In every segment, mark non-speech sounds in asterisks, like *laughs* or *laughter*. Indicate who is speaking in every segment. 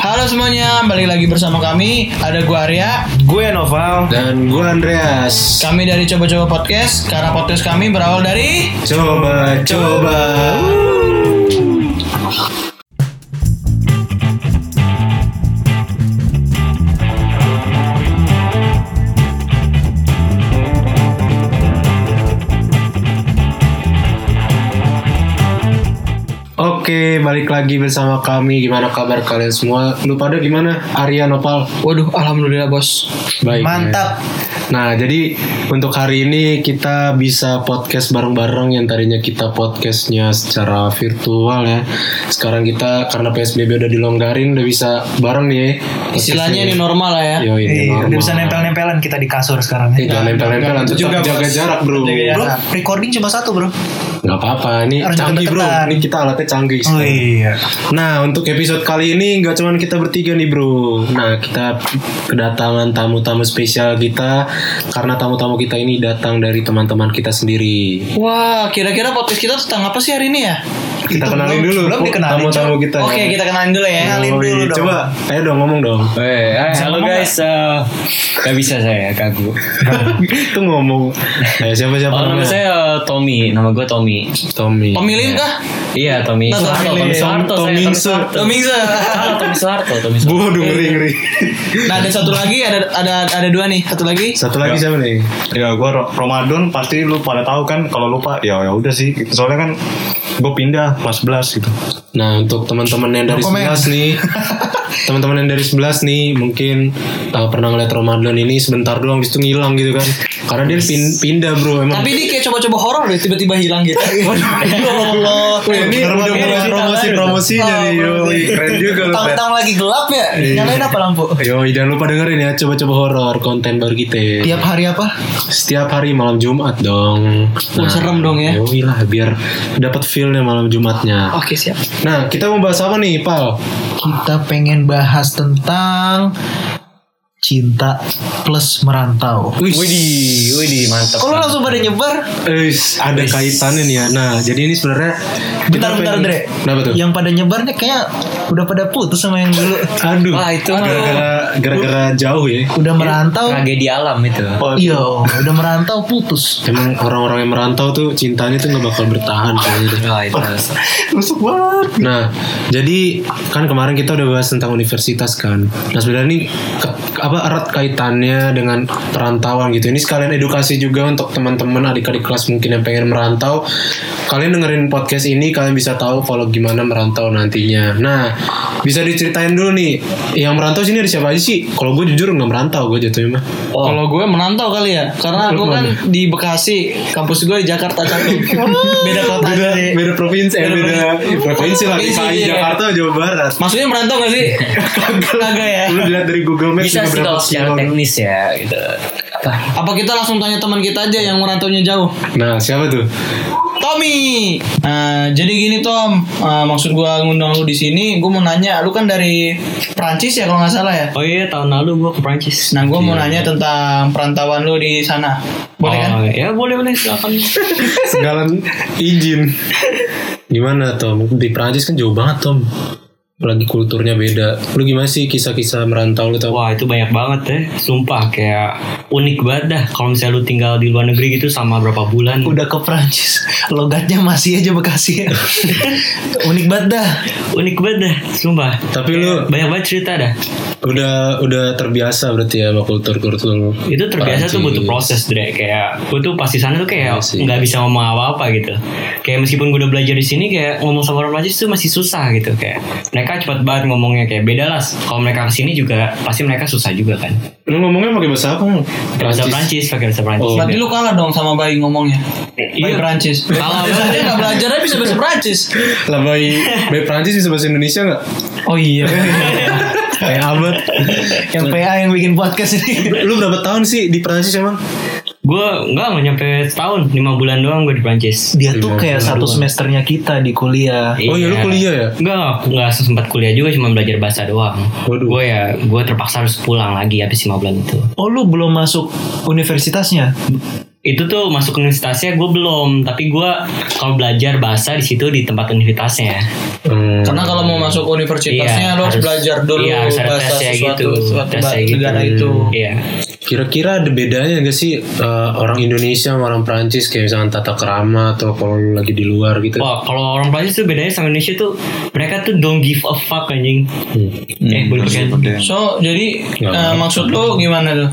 Speaker 1: Halo semuanya, balik lagi bersama kami. Ada gua Arya.
Speaker 2: Gue Noval.
Speaker 3: Dan gue Andreas
Speaker 1: Kami dari coba-coba podcast. Karena podcast kami berawal dari
Speaker 3: Coba, coba Oke, balik lagi bersama kami. Gimana kabar kalian semua? Lu pada gimana? Arya Nopal?
Speaker 1: Waduh, alhamdulillah bos.
Speaker 3: Baik.
Speaker 2: Mantap.
Speaker 3: Nah, jadi untuk hari ini kita bisa podcast bareng-bareng yang tadinya kita podcastnya secara virtual ya. Sekarang kita karena PSBB udah dilonggarin, udah bisa bareng nih. ya.
Speaker 1: Istilahnya ini normal lah ya.
Speaker 3: Yo, ini
Speaker 2: Iya,
Speaker 3: normal.
Speaker 2: udah bisa nempel-nempelan kita di kasur sekarang
Speaker 3: Eh,
Speaker 2: ya.
Speaker 3: jangan nempel-nempelan, tetap
Speaker 1: juga,
Speaker 3: jaga
Speaker 1: Bos.
Speaker 3: jarak bro.
Speaker 1: Jaga
Speaker 3: Nggak
Speaker 1: jarak.
Speaker 2: Bro, recording cuma satu bro.
Speaker 3: apa-apa, ini
Speaker 2: Harus
Speaker 3: canggih bro.
Speaker 2: deket-deketan.
Speaker 3: Ini kita alatnya canggih.
Speaker 2: Oh iya.
Speaker 3: Nah, untuk episode kali ini nggak cuman kita bertiga nih, Bro. Nah, kita kedatangan tamu-tamu spesial kita karena tamu-tamu kita ini datang dari teman-teman kita sendiri.
Speaker 1: Wah, kira-kira podcast kita tentang apa sih hari ini ya?
Speaker 3: Kita
Speaker 2: Itu
Speaker 3: kenalin
Speaker 2: belum-
Speaker 3: dulu
Speaker 2: belum
Speaker 3: Bu,
Speaker 2: dikenalin,
Speaker 3: tamu-tamu kita.
Speaker 1: Oke, kita kenalin dulu ya.
Speaker 2: Kenalin
Speaker 3: Yoi,
Speaker 2: dulu dong.
Speaker 3: Coba, ayo dong ngomong dong. *laughs*
Speaker 4: Weh, hai, eh, halo guys, eh, gak bisa saya kagum.
Speaker 3: Itu ngomong. Ayo siapa-siapa
Speaker 4: Oh, nama
Speaker 3: namanya?
Speaker 4: saya eh, Tommy, nama gue Tommy.
Speaker 3: Tommy.
Speaker 1: Pemilih kah?
Speaker 4: Iya Tommy.
Speaker 1: Nah,
Speaker 4: Soeharto,
Speaker 1: Tommy.
Speaker 4: Tommy Soeharto, saya Tommy
Speaker 3: Tomingsu.
Speaker 4: Soeharto.
Speaker 1: Domingse.
Speaker 4: Salah, Tommy Soeharto, Tommy Soeharto.
Speaker 3: Bu, ngeri-ngeri.
Speaker 1: Nah, ada satu lagi, ada ada ada dua nih. Satu lagi.
Speaker 3: Satu lagi siapa nih?
Speaker 5: Ya gue Ramadan pasti lu pada tahu kan kalau lupa ya ya udah sih soalnya kan gue pindah kelas 11 gitu.
Speaker 3: Nah untuk teman-teman yang dari
Speaker 2: No comment.
Speaker 3: 11 *laughs* nih Teman-teman yang dari 11 nih Mungkin uh, pernah ngeliat Ramadan ini Sebentar doang Habis itu ngilang gitu kan Karena dia pin- pindah bro emang
Speaker 1: Tapi ini kayak coba-coba horor deh, tiba-tiba
Speaker 3: *laughs*
Speaker 1: hilang gitu.
Speaker 2: Ya
Speaker 3: Allah Ini udah
Speaker 4: bener banget.
Speaker 3: mulai
Speaker 4: Ini
Speaker 3: promosi-promosi
Speaker 2: Oh,
Speaker 3: dari Yoi Keren juga lu Pat.
Speaker 2: Tahun-tahun lagi gelap ya.
Speaker 3: Iya.
Speaker 2: Nyalain apa lampu?
Speaker 3: Yoi jangan lupa dengerin ya Coba-coba horor konten baru kita
Speaker 2: Tiap hari apa?
Speaker 3: Setiap hari malam Jumat dong Nah,
Speaker 1: Wah, serem dong ya. Oh.
Speaker 3: Yoi lah biar dapat feelnya malam Jumatnya
Speaker 1: Oke, siap.
Speaker 3: Nah kita mau bahas apa nih Pal?
Speaker 2: Kita pengen bahas tentang cinta plus merantau.
Speaker 4: Widih, widih, mantap.
Speaker 2: Kalau langsung pada nyebar,
Speaker 3: Eis, ada kaitannya nih ya. Nah, jadi ini sebenarnya
Speaker 2: bentar-bentar
Speaker 3: Kenapa
Speaker 2: Dre.
Speaker 3: ini? Kenapa tuh?
Speaker 2: Yang pada nyebarnya kayak udah pada putus sama yang dulu.
Speaker 3: Aduh.
Speaker 1: Wah, itu mah.
Speaker 3: gara-gara gara-gara jauh ya.
Speaker 2: Udah merantau.
Speaker 4: Tragedi alam itu.
Speaker 2: Iya, udah merantau putus.
Speaker 3: Emang orang-orang yang merantau tuh cintanya tuh nggak bakal bertahan kayaknya deh.
Speaker 4: Wah, itu.
Speaker 5: Rusuk banget.
Speaker 3: Nah, jadi kan kemarin kita udah bahas tentang universitas kan. Nah sebenarnya ini ke- apa erat kaitannya dengan perantauan gitu. Ini sekalian edukasi juga untuk teman-teman adik-adik kelas mungkin yang pengen merantau. Kalian dengerin podcast ini, kalian bisa tahu kalau gimana merantau nantinya. Nah, bisa diceritain dulu nih, yang merantau sini ada siapa aja sih? Kalau gue jujur nggak merantau gue jatuhnya mah.
Speaker 4: Oh.
Speaker 1: Kalau gue menantau kali ya, karena gue kan di Bekasi, kampus gue di Jakarta
Speaker 2: *laughs*
Speaker 1: satu, beda kota
Speaker 3: Beda,
Speaker 1: aja.
Speaker 3: beda provinsi, eh, beda, provinsi lah.
Speaker 1: Provinsi,
Speaker 3: DKI
Speaker 1: iya.
Speaker 3: Jakarta, Jawa Barat.
Speaker 1: Maksudnya merantau gak
Speaker 2: *laughs*
Speaker 1: sih? Kagak ya.
Speaker 3: Lu dilihat dari Google Maps
Speaker 4: Bisa
Speaker 3: juga
Speaker 4: sih
Speaker 3: berapa
Speaker 4: kalau secara
Speaker 3: kilo.
Speaker 4: teknis ya, gitu. Apa?
Speaker 1: Apa kita langsung tanya teman kita aja yang merantaunya jauh?
Speaker 3: Nah, siapa tuh?
Speaker 1: Tommy. Eh, jadi gini Tom, Eh, maksud gue ngundang lu di sini, gue mau nanya, lu kan dari Prancis ya kalau nggak salah ya?
Speaker 4: Oh iya, tahun lalu gue ke Prancis. Iya.
Speaker 1: Nah, gue mau nanya tentang perantauan lu di sana. Boleh kan?
Speaker 4: Oh, ya boleh boleh silakan. *laughs*
Speaker 3: Segalan izin. Gimana Tom? Di Prancis kan jauh banget Tom. Apalagi kulturnya beda. Lu gimana sih kisah-kisah merantau lu tau?
Speaker 4: Wah itu banyak banget ya, sumpah kayak unik banget dah. Kalau misalnya lu tinggal di luar negeri gitu sama berapa bulan?
Speaker 2: Udah ke Prancis, logatnya masih aja
Speaker 1: *laughs*
Speaker 2: Bekasi. Unik banget dah.
Speaker 4: unik banget dah, sumpah.
Speaker 3: Tapi lu-
Speaker 4: banyak banget cerita dah.
Speaker 3: Udah udah terbiasa berarti ya sama kultur-kultur lu.
Speaker 4: Itu terbiasa tuh
Speaker 3: Prancis.
Speaker 4: butuh proses deh. Kayak gue tuh pas di sana tuh kayak
Speaker 3: Iya sih.
Speaker 4: nggak bisa ngomong apa-apa gitu. Kayak meskipun gue udah belajar di sini kayak ngomong sama orang Prancis tuh masih susah gitu kayak. Mereka cepat banget ngomongnya kayak beda lah. Kalau mereka kesini juga pasti mereka susah juga kan.
Speaker 3: Lu ngomongnya pakai bahasa apa? Bang?
Speaker 4: Pakai Bahasa Prancis, pakai bahasa Prancis.
Speaker 3: Oh.
Speaker 1: Berarti lu kalah dong sama bayi ngomongnya.
Speaker 4: Iya.
Speaker 1: Bayi Prancis.
Speaker 4: Kalah.
Speaker 1: Dia nggak belajar aja bisa bahasa Prancis.
Speaker 3: Lah bayi, bayi Prancis bisa bahasa Indonesia nggak?
Speaker 1: Oh iya.
Speaker 3: Kayak abad.
Speaker 2: Yang PA yang bikin podcast ini.
Speaker 3: Lu berapa tahun sih di Prancis emang?
Speaker 4: Gue nggak nggak nyampe setahun, lima bulan doang gue di Prancis.
Speaker 2: Dia tuh
Speaker 3: Iya,
Speaker 2: kayak satu semesternya kita di kuliah.
Speaker 3: Oh iya, lu kuliah ya?
Speaker 4: Enggak, aku nggak sempat kuliah juga, cuma belajar bahasa doang.
Speaker 3: Waduh.
Speaker 4: Gue ya, gue terpaksa harus pulang lagi habis 5 bulan itu.
Speaker 2: Oh lu belum masuk universitasnya?
Speaker 4: itu tuh masuk universitasnya gue belum tapi gue kalau belajar bahasa di situ di tempat universitasnya
Speaker 3: Hmm.
Speaker 1: Karena kalau mau masuk
Speaker 4: Iya,
Speaker 1: universitasnya lo harus
Speaker 4: harus-
Speaker 1: belajar dulu
Speaker 4: iya, harus ada
Speaker 1: bahasa
Speaker 4: tesnya
Speaker 1: sesuatu,
Speaker 4: gitu,
Speaker 1: suatu
Speaker 4: tesnya
Speaker 1: ba-
Speaker 4: gitu.
Speaker 1: negara itu.
Speaker 4: iya
Speaker 3: Kira-kira ada bedanya gak sih eh, orang Indonesia sama orang Prancis kayak misalnya tata kerama atau kalau lu lagi di luar gitu?
Speaker 4: wah kalau orang Prancis tuh bedanya sama Indonesia tuh mereka tuh don't give a fuck anjing
Speaker 3: Hmm.
Speaker 4: eh boleh pakai
Speaker 1: So jadi
Speaker 3: Nggak
Speaker 1: eh,
Speaker 3: apa-apa.
Speaker 1: maksud lo gimana tuh?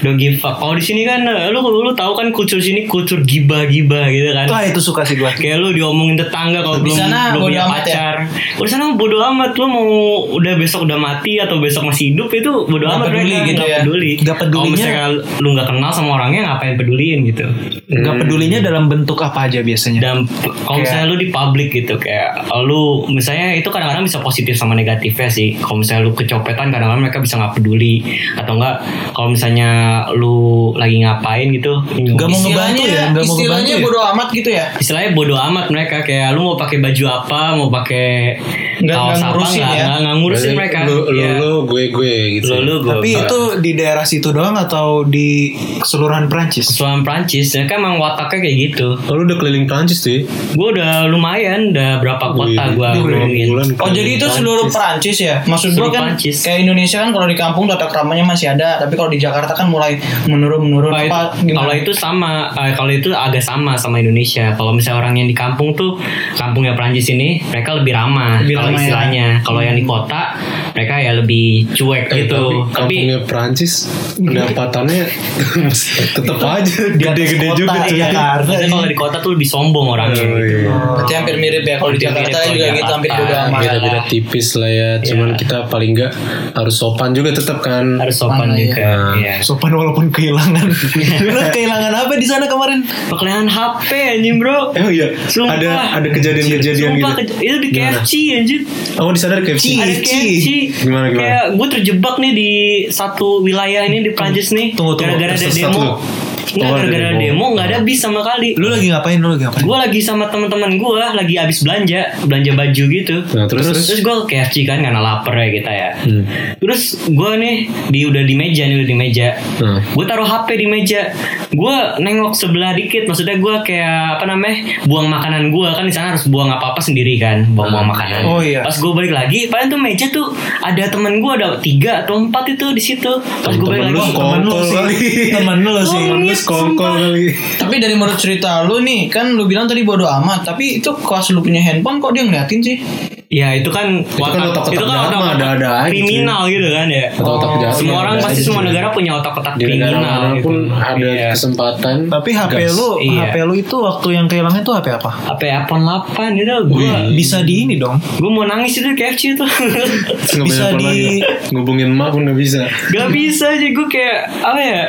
Speaker 4: don't give a fuck kalau di sini kan eh, lu lu tahu kan kultur sini kultur gibah gibah gitu kan
Speaker 2: Wah itu suka sih gue.
Speaker 3: Hmm.
Speaker 4: Kayak lu diomongin tetangga kalau
Speaker 1: Di
Speaker 4: belum
Speaker 1: sana
Speaker 4: belum
Speaker 1: bodo
Speaker 4: punya
Speaker 1: amat ya?
Speaker 4: pacar. Kalau di sana bodo amat lu mau udah besok udah mati atau besok masih hidup itu bodo
Speaker 1: Nggak
Speaker 4: amat
Speaker 1: peduli
Speaker 4: mereka,
Speaker 1: gitu
Speaker 4: nggak
Speaker 1: ya.
Speaker 4: peduli.
Speaker 2: Nggak
Speaker 4: Kalau
Speaker 2: pedulinya-
Speaker 4: misalnya lu nggak kenal sama orangnya ngapain peduliin gitu.
Speaker 2: Gak pedulinya dalam bentuk apa aja biasanya.
Speaker 4: Dan p- kalau misalnya lu di publik gitu kayak lu misalnya itu kadang-kadang bisa positif sama negatifnya sih. Kalau misalnya lu kecopetan kadang-kadang mereka bisa nggak peduli atau enggak kalau misalnya lu lagi ngapain gitu.
Speaker 2: Nggak mau ngebantu
Speaker 1: Istilahnya,
Speaker 2: ya, nggak mau
Speaker 1: istilahnya
Speaker 2: ngebantu ya.
Speaker 1: bodo amat gitu ya.
Speaker 4: istilahnya bodo amat mereka kayak lu mau pakai baju apa mau pakai
Speaker 1: Nggak-
Speaker 4: kaos
Speaker 1: nggak
Speaker 4: apa
Speaker 1: ngurusin
Speaker 4: nggak
Speaker 1: ya.
Speaker 4: nggak- nggak ngurusin
Speaker 3: Berarti
Speaker 4: mereka
Speaker 3: Lu, lu,
Speaker 4: Iya.
Speaker 3: lu, gue, gue gitu.
Speaker 4: lu, lu gua-
Speaker 2: Tapi itu di daerah situ doang atau di keseluruhan Prancis?
Speaker 4: Kesulitan Prancis mereka emang wataknya kayak gitu
Speaker 3: Oh, lu udah keliling Prancis tuh ya?
Speaker 4: gue udah lumayan udah berapa kota
Speaker 3: Wih,
Speaker 4: gue
Speaker 3: lu udah
Speaker 4: ngomongin
Speaker 3: bulan
Speaker 1: Oh
Speaker 3: keliling
Speaker 1: jadi itu
Speaker 3: Prancis.
Speaker 1: seluruh Perancis ya? Maksud gue
Speaker 4: Seluruh
Speaker 1: kan
Speaker 4: Perancis.
Speaker 1: kayak Indonesia kan kalau di kampung tata keramanya masih ada, tapi kalau di Jakarta kan mulai menurun menurun
Speaker 4: Kalau itu-
Speaker 1: apa gimana?
Speaker 4: kalau itu sama eh, kalau itu agak sama sama Indonesia kalau misalnya orang yang di kampung tuh kampungnya Prancis ini mereka lebih ramah
Speaker 1: Lebih
Speaker 4: kalau
Speaker 1: ramah ya.
Speaker 4: istilahnya kalau yang di kota mereka ya lebih cuek
Speaker 3: Eh,
Speaker 4: gitu
Speaker 3: Hmm. tapi
Speaker 4: tapi
Speaker 3: kampungnya Prancis pendapatannya *laughs* tetep aja gede-gede
Speaker 2: atas
Speaker 3: juga
Speaker 2: kota,
Speaker 3: tuh.
Speaker 2: iya kan?
Speaker 4: maksudnya kalau di kota tuh lebih sombong orangnya
Speaker 3: Oh,
Speaker 4: gitu.
Speaker 3: iya.
Speaker 1: Berarti hampir mirip ya kalau di
Speaker 4: Hampir mirip
Speaker 1: Jakarta
Speaker 4: kalau
Speaker 1: juga
Speaker 4: di
Speaker 1: gitu hampir
Speaker 4: Jakarta.
Speaker 1: bodo amat.
Speaker 3: Beda-beda tipis lah ya. Cuman kita paling nggak harus sopan juga tetap kan.
Speaker 4: Iya. harus sopan
Speaker 1: Mana ya?
Speaker 4: juga iya.
Speaker 2: Sopan walaupun
Speaker 1: *laughs*
Speaker 2: kehilangan. Lu kehilangan apa di sana kemarin?
Speaker 4: Perkelahan HP anjing bro
Speaker 3: Emang iya.
Speaker 4: Sumpah.
Speaker 3: Ada ada kejadian-kejadian
Speaker 4: Sumpah,
Speaker 3: gitu.
Speaker 4: kej- itu di
Speaker 3: Gimana?
Speaker 4: KFC anjir
Speaker 3: Oh di sana ada KFC.
Speaker 4: ada
Speaker 2: Ih,
Speaker 4: KFC
Speaker 3: Gimana, gimana?
Speaker 4: kayak gue terjebak nih di satu wilayah ini di Prancis nih
Speaker 2: Tunggu, tunggu.
Speaker 4: gara-gara ada
Speaker 3: Tersesat
Speaker 4: demo
Speaker 3: lu.
Speaker 4: Enggak,
Speaker 3: Oh, ada
Speaker 4: gara-gara
Speaker 3: demo.
Speaker 4: demo nggak ada bis sama kali
Speaker 2: Lu lagi ngapain? Lu lagi ngapain?
Speaker 4: gue Kan lagi sama teman-teman gue lagi abis belanja belanja baju gitu
Speaker 3: Nah, terus, terus?
Speaker 4: terus gue ke KFC kan karena lapar ya kita ya
Speaker 3: Hmm.
Speaker 4: terus gue nih di udah di meja nih udah di meja
Speaker 3: Hmm.
Speaker 4: gue taruh HP di meja gue nengok sebelah dikit maksudnya gue kayak apa namanya buang makanan gue kan di sana harus buang apa apa sendiri kan buang
Speaker 3: Nah.
Speaker 4: buang makanan
Speaker 2: Oh, iya.
Speaker 4: pas gue balik lagi padahal tuh meja tuh ada temen gue ada tiga atau empat itu di situ pas gue balik
Speaker 3: Temen
Speaker 2: Temen lu
Speaker 3: lu
Speaker 4: lagi
Speaker 3: Kontol
Speaker 2: sih.
Speaker 3: kali.
Speaker 2: Temen lu sih.
Speaker 4: Temen lu
Speaker 3: Terus kongkol kali.
Speaker 1: Tapi dari menurut cerita lu nih kan lu bilang tadi bodo amat, tapi itu pas lu punya handphone kok dia ngeliatin sih?
Speaker 4: ya itu kan
Speaker 3: kan otak-otak jahat mah,
Speaker 4: otak-otak
Speaker 3: ada-ada aja sih.
Speaker 4: kriminal gitu kan ya
Speaker 3: Otak-otak jahat
Speaker 4: semua
Speaker 3: mah
Speaker 4: orang
Speaker 3: ada
Speaker 4: pasti
Speaker 3: aja
Speaker 4: semua
Speaker 3: sih.
Speaker 4: negara punya otak-otak
Speaker 3: Di negara
Speaker 4: kriminal
Speaker 3: mana
Speaker 4: gitu.
Speaker 3: pun ada
Speaker 4: Iya.
Speaker 3: kesempatan.
Speaker 2: Tapi HP
Speaker 3: gas.
Speaker 2: lu,
Speaker 4: Iya.
Speaker 2: HP lu itu waktu yang kehilangan itu HP apa?
Speaker 4: apa ya, iPhone 8 gitu gue
Speaker 2: Bisa di ini dong.
Speaker 4: gue mau nangis itu *laughs* di KFC tuh
Speaker 3: Nggak
Speaker 2: bisa
Speaker 3: telepon
Speaker 2: di-
Speaker 3: lagi. ngubungin emak pun nggak bisa.
Speaker 4: Gak bisa aja gue kayak apa ya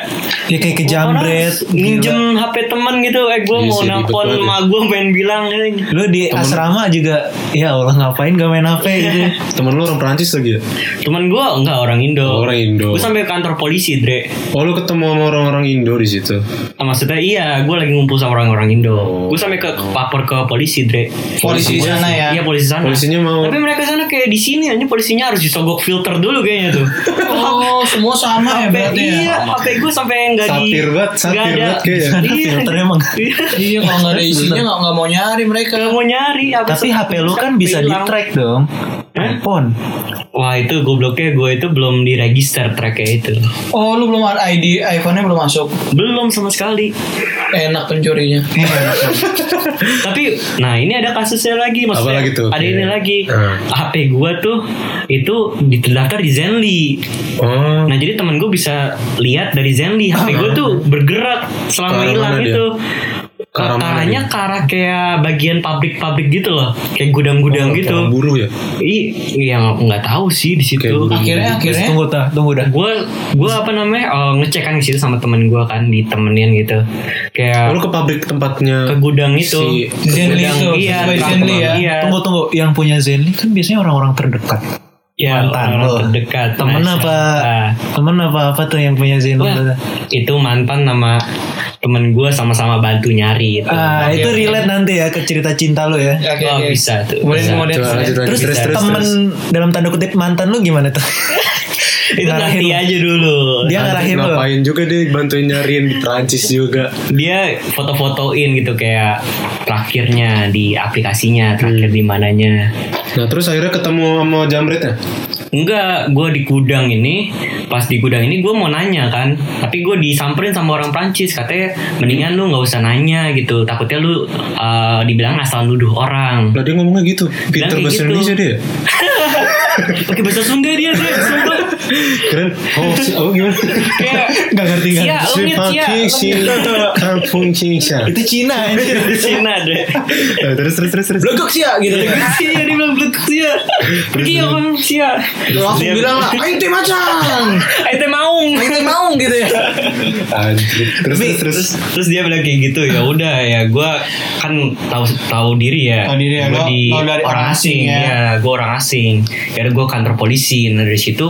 Speaker 2: Ya kayak kejamret.
Speaker 4: orang Minjem HP temen gitu Eh gue
Speaker 3: Iya
Speaker 4: mau
Speaker 3: sih, ribet
Speaker 4: nelfon
Speaker 3: banget
Speaker 4: sama gue pengen bilang gitu.
Speaker 2: Lu di asrama juga ya Allah ngapain gak main HP gitu.
Speaker 3: Temen lu orang Prancis lagi ya?
Speaker 4: Temen gue enggak orang Indo
Speaker 3: Oh, orang Indo.
Speaker 4: Gue sampai ke kantor polisi Dre
Speaker 3: Oh lu ketemu sama orang-orang Indo di situ.
Speaker 4: Ah, Maksudnya iya gue lagi ngumpul sama orang-orang Indo
Speaker 3: Oh.
Speaker 4: Gue sampai ke lapor ke polisi Dre
Speaker 1: Polisi di sana ya.
Speaker 4: Iya polisi sana
Speaker 3: Polisinya mau-
Speaker 4: Tapi mereka sana kayak di sini aja polisinya harus disogok filter dulu kayaknya
Speaker 3: *laughs*
Speaker 4: tuh
Speaker 1: Oh, semua sama ya
Speaker 4: Sampai-
Speaker 1: berarti ya.
Speaker 4: Iya HP gue sampai enggak di
Speaker 3: Satir banget,
Speaker 4: nggak
Speaker 3: satir
Speaker 4: ada-
Speaker 3: banget kayaknya.
Speaker 4: Iya
Speaker 2: Filter emang.
Speaker 4: *laughs* Iya.
Speaker 1: Iya, kalau nggak ada isinya nggak nggak mau nyari mereka.
Speaker 4: Gak mau nyari apa
Speaker 2: Tapi HP lu kan bisa di
Speaker 4: hilang.
Speaker 2: track dong.
Speaker 4: Hah?
Speaker 2: Handphone.
Speaker 4: Wah itu gobloknya gue itu belum diregister tracknya itu
Speaker 1: Oh, lu belum ada ID iPhone-nya belum masuk.
Speaker 4: Belum sama sekali
Speaker 1: Enak pencurinya.
Speaker 4: Tapi nah ini ada kasusnya lagi
Speaker 3: Apa
Speaker 4: maksudnya
Speaker 3: lagi tuh?
Speaker 4: Ada ini
Speaker 3: Iya.
Speaker 4: lagi
Speaker 3: Hmm.
Speaker 4: HP gue tuh itu terdaftar di Zenly
Speaker 3: Oh.
Speaker 4: Nah jadi temen gue bisa lihat dari Zenly HP gue tuh bergerak
Speaker 3: Ke
Speaker 4: selama
Speaker 3: arah
Speaker 4: hilang
Speaker 3: mana dia?
Speaker 4: itu
Speaker 3: Ke arah mana
Speaker 4: Karanya
Speaker 3: dia?
Speaker 4: ke arah kayak bagian pabrik-pabrik gitu loh Kayak gudang-gudang gitu
Speaker 3: Orang buruh ya.
Speaker 4: I- Iya nggak tahu sih di
Speaker 3: Kayak
Speaker 4: situ
Speaker 3: gudang.
Speaker 1: Akhirnya akhirnya
Speaker 2: Tunggu dah, tunggu dah.
Speaker 4: gue gue apa namanya eh, ngecek kan di situ sama temen gue kan ditemenin gitu
Speaker 3: Oh, lu
Speaker 4: kayak
Speaker 3: ke pabrik
Speaker 4: ke
Speaker 3: tempatnya.
Speaker 4: gudang itu
Speaker 3: si-
Speaker 4: Ke
Speaker 1: Zenly
Speaker 4: gudang,
Speaker 1: itu,
Speaker 4: iya
Speaker 1: sesuai
Speaker 4: terang
Speaker 1: Zenly ya.
Speaker 4: iya
Speaker 2: Tunggu tunggu, yang punya Zenly kan biasanya orang-orang terdekat.
Speaker 4: ya
Speaker 2: mantan
Speaker 4: orang
Speaker 2: lo.
Speaker 4: terdekat
Speaker 2: Temen
Speaker 4: Nah,
Speaker 2: apa?
Speaker 4: nah,
Speaker 2: Temen apa apa tuh yang punya Zenly?
Speaker 4: Wah. itu mantan sama temen gue sama-sama bantu nyari gitu
Speaker 2: Ah, itu relate nanti ya ke cerita cinta lu ya.
Speaker 1: Oke,
Speaker 4: Wah,
Speaker 1: oke.
Speaker 4: bisa tuh
Speaker 1: Kemudian
Speaker 4: bisa.
Speaker 1: kemudian
Speaker 3: Coba lanjut lanjut.
Speaker 1: *laughs*
Speaker 2: Terus, temen dalam tanda kutip mantan lu gimana tuh?
Speaker 4: itu
Speaker 2: Ngarahin
Speaker 4: nanti
Speaker 2: lu.
Speaker 4: aja dulu Nah,
Speaker 2: Dia ngarahin lo.
Speaker 3: ngapain juga dia bantuin nyariin di Perancis juga
Speaker 4: dia foto-fotoin gitu kayak terakhirnya di aplikasinya terakhir di mananya
Speaker 3: nah terus akhirnya ketemu sama Jamretnya
Speaker 4: enggak gue di gudang ini pas di gudang ini gue mau nanya kan tapi gue disamperin sama orang Prancis katanya mendingan lu nggak usah nanya gitu takutnya lu uh, dibilang asal nuduh
Speaker 3: *laughs*
Speaker 4: orang
Speaker 3: lah dia ngomongnya gitu
Speaker 4: Bilang
Speaker 3: pinter
Speaker 4: kayak
Speaker 3: bahasa
Speaker 4: gitu.
Speaker 3: Indonesia dia ya?
Speaker 4: pakai bahasa Sunda dia dia sumpah
Speaker 3: keren oh si oh gimana
Speaker 4: kayak
Speaker 3: Gak ngerti
Speaker 4: Sia, lengit, sia,
Speaker 3: si kampung Cingsha
Speaker 2: Itu Cina anjir.
Speaker 4: di Cina deh
Speaker 3: Eh, terus terus terus terus
Speaker 1: Blegek sih ya gitu.
Speaker 4: Sia dia bilang blek Sia pergi ya kan Sia
Speaker 1: Gitu, Langsung bilang lah, ayo teh macan.
Speaker 4: ayo teh maung
Speaker 1: Ayo teh mau gitu ya.
Speaker 3: Anjir. terus terus
Speaker 4: terus,
Speaker 3: terus
Speaker 4: terus terus dia bilang kayak gitu ya udah ya gue kan tahu tahu diri ya
Speaker 1: Tahu diri ya,
Speaker 4: Gua
Speaker 1: lo-
Speaker 4: di
Speaker 1: lo dari
Speaker 4: orang
Speaker 1: orang
Speaker 4: asing
Speaker 1: asing,
Speaker 4: ya, gue orang asing ya gue kantor polisi nah dari situ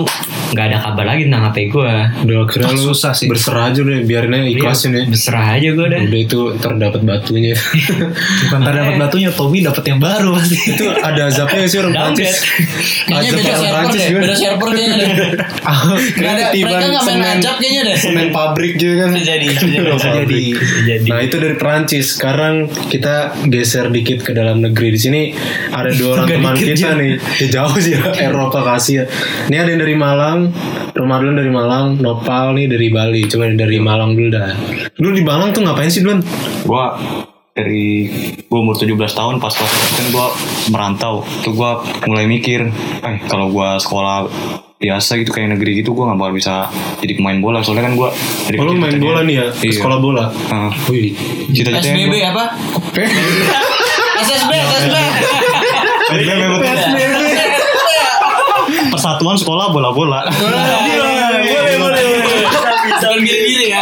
Speaker 4: nggak ada kabar lagi tentang hp gue
Speaker 3: udah akhirnya lu
Speaker 2: Susah sih.
Speaker 3: berserah aja deh biarin aja ikhlasin
Speaker 1: Iya.
Speaker 3: ya
Speaker 4: berserah aja gue
Speaker 1: *laughs*
Speaker 4: dah
Speaker 3: udah itu ntar dapat batunya
Speaker 2: Bukan ntar dapat batunya Tommy dapat yang baru pasti.
Speaker 3: itu ada azabnya nggak sih orang
Speaker 4: Down
Speaker 3: Prancis
Speaker 1: Kayaknya
Speaker 3: Azabnya
Speaker 1: beda
Speaker 3: orang
Speaker 1: server
Speaker 3: Prancis
Speaker 1: deh,
Speaker 3: gimana *laughs*
Speaker 1: beda server kayaknya deh. Nggak ada, mereka nggak main
Speaker 3: semen-
Speaker 1: acap kayaknya deh. *laughs*
Speaker 3: semen pabrik juga kan
Speaker 1: Bisa jadi, bisa jadi.
Speaker 3: Semen pabrik.
Speaker 4: jadi
Speaker 3: Nah itu dari Perancis. Sekarang kita geser dikit ke dalam negeri. Di sini ada dua orang
Speaker 2: Nggak
Speaker 3: teman
Speaker 2: dikit,
Speaker 3: kita
Speaker 2: Jin.
Speaker 3: nih. Ya, jauh
Speaker 1: *laughs*
Speaker 3: sih ya. Eropa ke Asia. Ini ada yang dari Malang, Romadhon dari Malang, Nopal nih dari Bali. Cuma dari Malang dulu dah. Lu di Malang tuh ngapain sih Dun?
Speaker 5: Gua dari gue umur 17 tahun pas kelas kan gue merantau tuh gue mulai mikir eh kalau gue sekolah biasa gitu kayak negeri gitu gue gak bakal bisa jadi pemain bola soalnya kan gue dari
Speaker 3: Oh, lu
Speaker 5: kecil
Speaker 3: main
Speaker 5: katanya-
Speaker 3: bola nih ya?
Speaker 5: Iya.
Speaker 3: Sekolah bola.
Speaker 5: Heeh.
Speaker 3: Wih.
Speaker 5: cita-citanya
Speaker 1: SBB
Speaker 5: gua-
Speaker 1: apa? SSB, SSB.
Speaker 3: *laughs*
Speaker 5: persatuan sekolah bola-bola *laughs*
Speaker 1: Iya,
Speaker 2: iya,
Speaker 1: Boleh, boleh, boleh. Jangan gini-gini ya.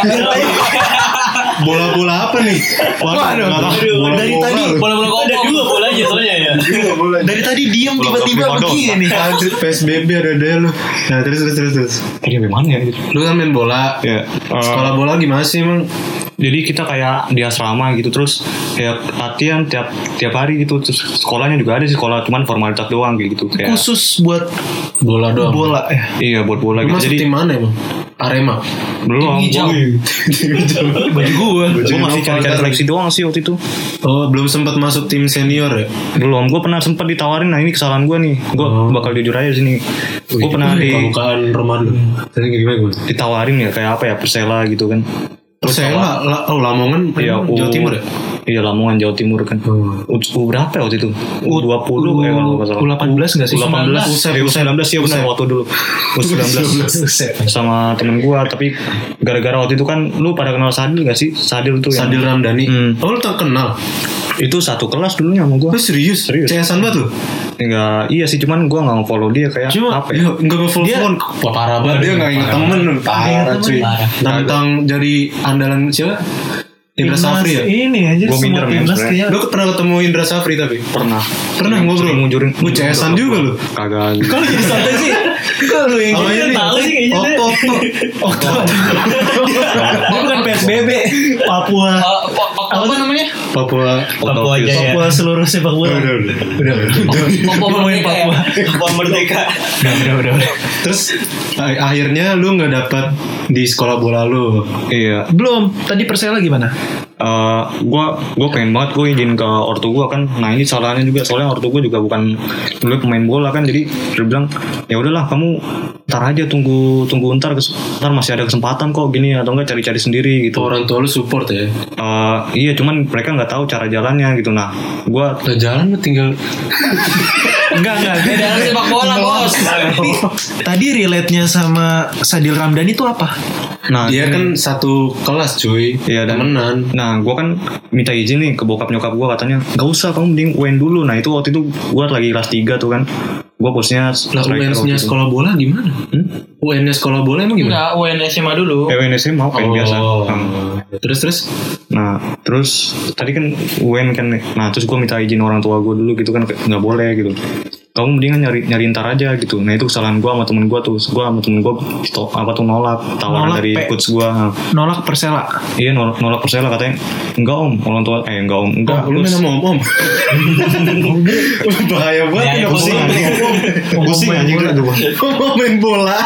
Speaker 3: Bola-bola apa nih?
Speaker 5: Waduh, bola-bola.
Speaker 2: dari tadi
Speaker 1: Bola-bola kok ada dua bolanya soalnya ya.
Speaker 2: dari tadi diem
Speaker 5: Bola-bola
Speaker 2: tiba-tiba
Speaker 5: prima donna.
Speaker 2: begini.
Speaker 3: Iya, Anjir, PSBB ada deh lu. Nah terus terus terus terus.
Speaker 5: tadi sampai mana ya
Speaker 3: Lu kan main bola.
Speaker 5: ya eh,
Speaker 3: Sekolah bola gimana sih emang?
Speaker 5: jadi kita kayak di asrama gitu terus kayak latihan tiap tiap hari gitu terus sekolahnya juga ada sih sekolah cuman formalitas doang kayak gitu kayak
Speaker 2: Khusus buat
Speaker 3: Bola doang.
Speaker 2: bola. Eh,
Speaker 5: iya buat bola
Speaker 3: Lu
Speaker 5: gitu
Speaker 3: masuk
Speaker 5: jadi
Speaker 3: tim mana emang? Arema.
Speaker 5: belum
Speaker 1: hijau.
Speaker 5: *laughs* baju gua
Speaker 3: Baju
Speaker 5: gua masih
Speaker 3: novel
Speaker 5: cari cari
Speaker 3: kan.
Speaker 5: seleksi doang sih waktu itu
Speaker 3: Oh, belum sempat masuk tim senior ya?
Speaker 5: belum gua pernah sempat ditawarin nah ini kesalahan gua nih gua
Speaker 3: Oh.
Speaker 5: bakal jujur aja di sini gua pernah di
Speaker 3: bukaan Romano. Tadi kayak gimana gue?
Speaker 5: ditawarin ya kayak apa ya Persela gitu kan
Speaker 3: Persela, la, oh Lamongan,
Speaker 5: Iya,
Speaker 3: emang Jawa
Speaker 5: U-
Speaker 3: Timur ya?
Speaker 5: Iya Lamongan Jawa Timur kan.
Speaker 3: Hmm.
Speaker 5: U, U berapa ya waktu itu? U 20 eh kalau nggak salah.
Speaker 2: U18 nggak sih?
Speaker 5: U 18, eh, U 19 ya benar waktu dulu. U 19 sama temen gua tapi gara-gara waktu itu kan lu pada kenal Sadil gak sih? Sadil tuh yang
Speaker 3: Sadil Ramdhani.
Speaker 5: Hmm.
Speaker 3: Oh, lu terkenal?
Speaker 5: itu satu kelas dulunya sama gua.
Speaker 3: Lu serius?
Speaker 5: Serius.
Speaker 3: CS-an banget lu?
Speaker 5: Enggak, iya sih cuman gua nggak follow dia kayak apa ya?
Speaker 3: Iya, nggak nge-follow
Speaker 2: Dia-
Speaker 3: phone. Wah, parah banget. Dia nggak inget temen. lu. Parah, cuy. Tentang jadi andalan siapa? Indra Safri ya?
Speaker 2: Ini aja
Speaker 5: Gua
Speaker 2: semua
Speaker 5: minder, men,
Speaker 2: timnas
Speaker 5: sebenarnya.
Speaker 2: dia.
Speaker 3: Lu pernah ketemu Indra Safri tapi?
Speaker 5: Pernah.
Speaker 3: Pernah ngobrol?
Speaker 5: Sering Eh, ngujurin.
Speaker 3: Lu CS-an juga lu?
Speaker 4: *laughs*
Speaker 5: Kagak.
Speaker 2: Kalau jadi santai sih. Kalau lu yang
Speaker 3: Oh,
Speaker 2: gini
Speaker 3: ini. Oh,
Speaker 2: tahu sih kayaknya. deh.
Speaker 3: Okto, Okto. Okto.
Speaker 2: Dia bukan PSBB, Papua.
Speaker 1: Eh, po- po- Apa namanya?
Speaker 3: Papua.
Speaker 4: Papua aja ya
Speaker 2: Papua seluruh sepak bola.
Speaker 3: Udah, udah, udah.
Speaker 1: Papua Merdeka ya?
Speaker 4: Papua Merdeka
Speaker 2: Udah, udah, udah.
Speaker 3: Terus a- akhirnya lu nggak dapat di sekolah bola lu.
Speaker 5: Iya,
Speaker 2: Belum. Tadi Persela gimana?
Speaker 5: Eh, gua gue pengen banget gue izin ke ortu gua kan nah ini salahnya juga soalnya ortu gua juga bukan dulu pemain bola kan jadi dia bilang ya udahlah kamu ntar aja tunggu tunggu ntar kes- ntar masih ada kesempatan kok gini atau enggak cari-cari sendiri
Speaker 4: Oh.
Speaker 5: gitu
Speaker 3: Orang tua lu support ya.
Speaker 5: Eh, iya cuman mereka nggak tahu cara jalannya gitu nah gua
Speaker 3: Udah jalan lu tinggal
Speaker 2: Enggak, enggak.
Speaker 1: Beda sepak bola bos.
Speaker 2: Tadi relate-nya sama Sadil Ramdhani itu apa?
Speaker 5: nah
Speaker 3: dia kan satu kelas cuy.
Speaker 5: Iya, dan-
Speaker 3: temenan.
Speaker 5: Nah, gue kan minta izin nih ke bokap nyokap gue katanya, gak usah kamu mending UN dulu. Nah itu waktu itu gue lagi kelas 3 tuh kan, gue posnya
Speaker 3: Lah
Speaker 5: striker waktu
Speaker 3: UN-nya
Speaker 5: itu.
Speaker 3: sekolah bola gimana? UN-nya sekolah bola emang gimana?
Speaker 1: Enggak, UN SMA dulu.
Speaker 5: Eh, UN SMA apa yang
Speaker 3: Oh.
Speaker 5: biasa? Hmm.
Speaker 3: Terus terus
Speaker 5: Nah, terus tadi kan UN kan, nih. nah terus gue minta izin orang tua gue dulu gitu kan, nggak boleh gitu. kamu mendingan nyari nyari ntar aja gitu nah itu kesalahan gue sama temen gue tuh gue sama temen gue to- apa tuh nolak tawaran
Speaker 2: Nolak,
Speaker 5: dari
Speaker 2: Pe.
Speaker 5: coach gue
Speaker 2: Nolak Persela.
Speaker 5: iya nolak, nolak persela katanya enggak om orang tua eh enggak om Ya, enggak
Speaker 3: Oh, Lu
Speaker 5: coach."
Speaker 3: main sama *laughs* om-om.
Speaker 2: Bahaya
Speaker 4: banget, udah pusing.
Speaker 5: Pusing anjing udah gua.
Speaker 2: Mau main bola.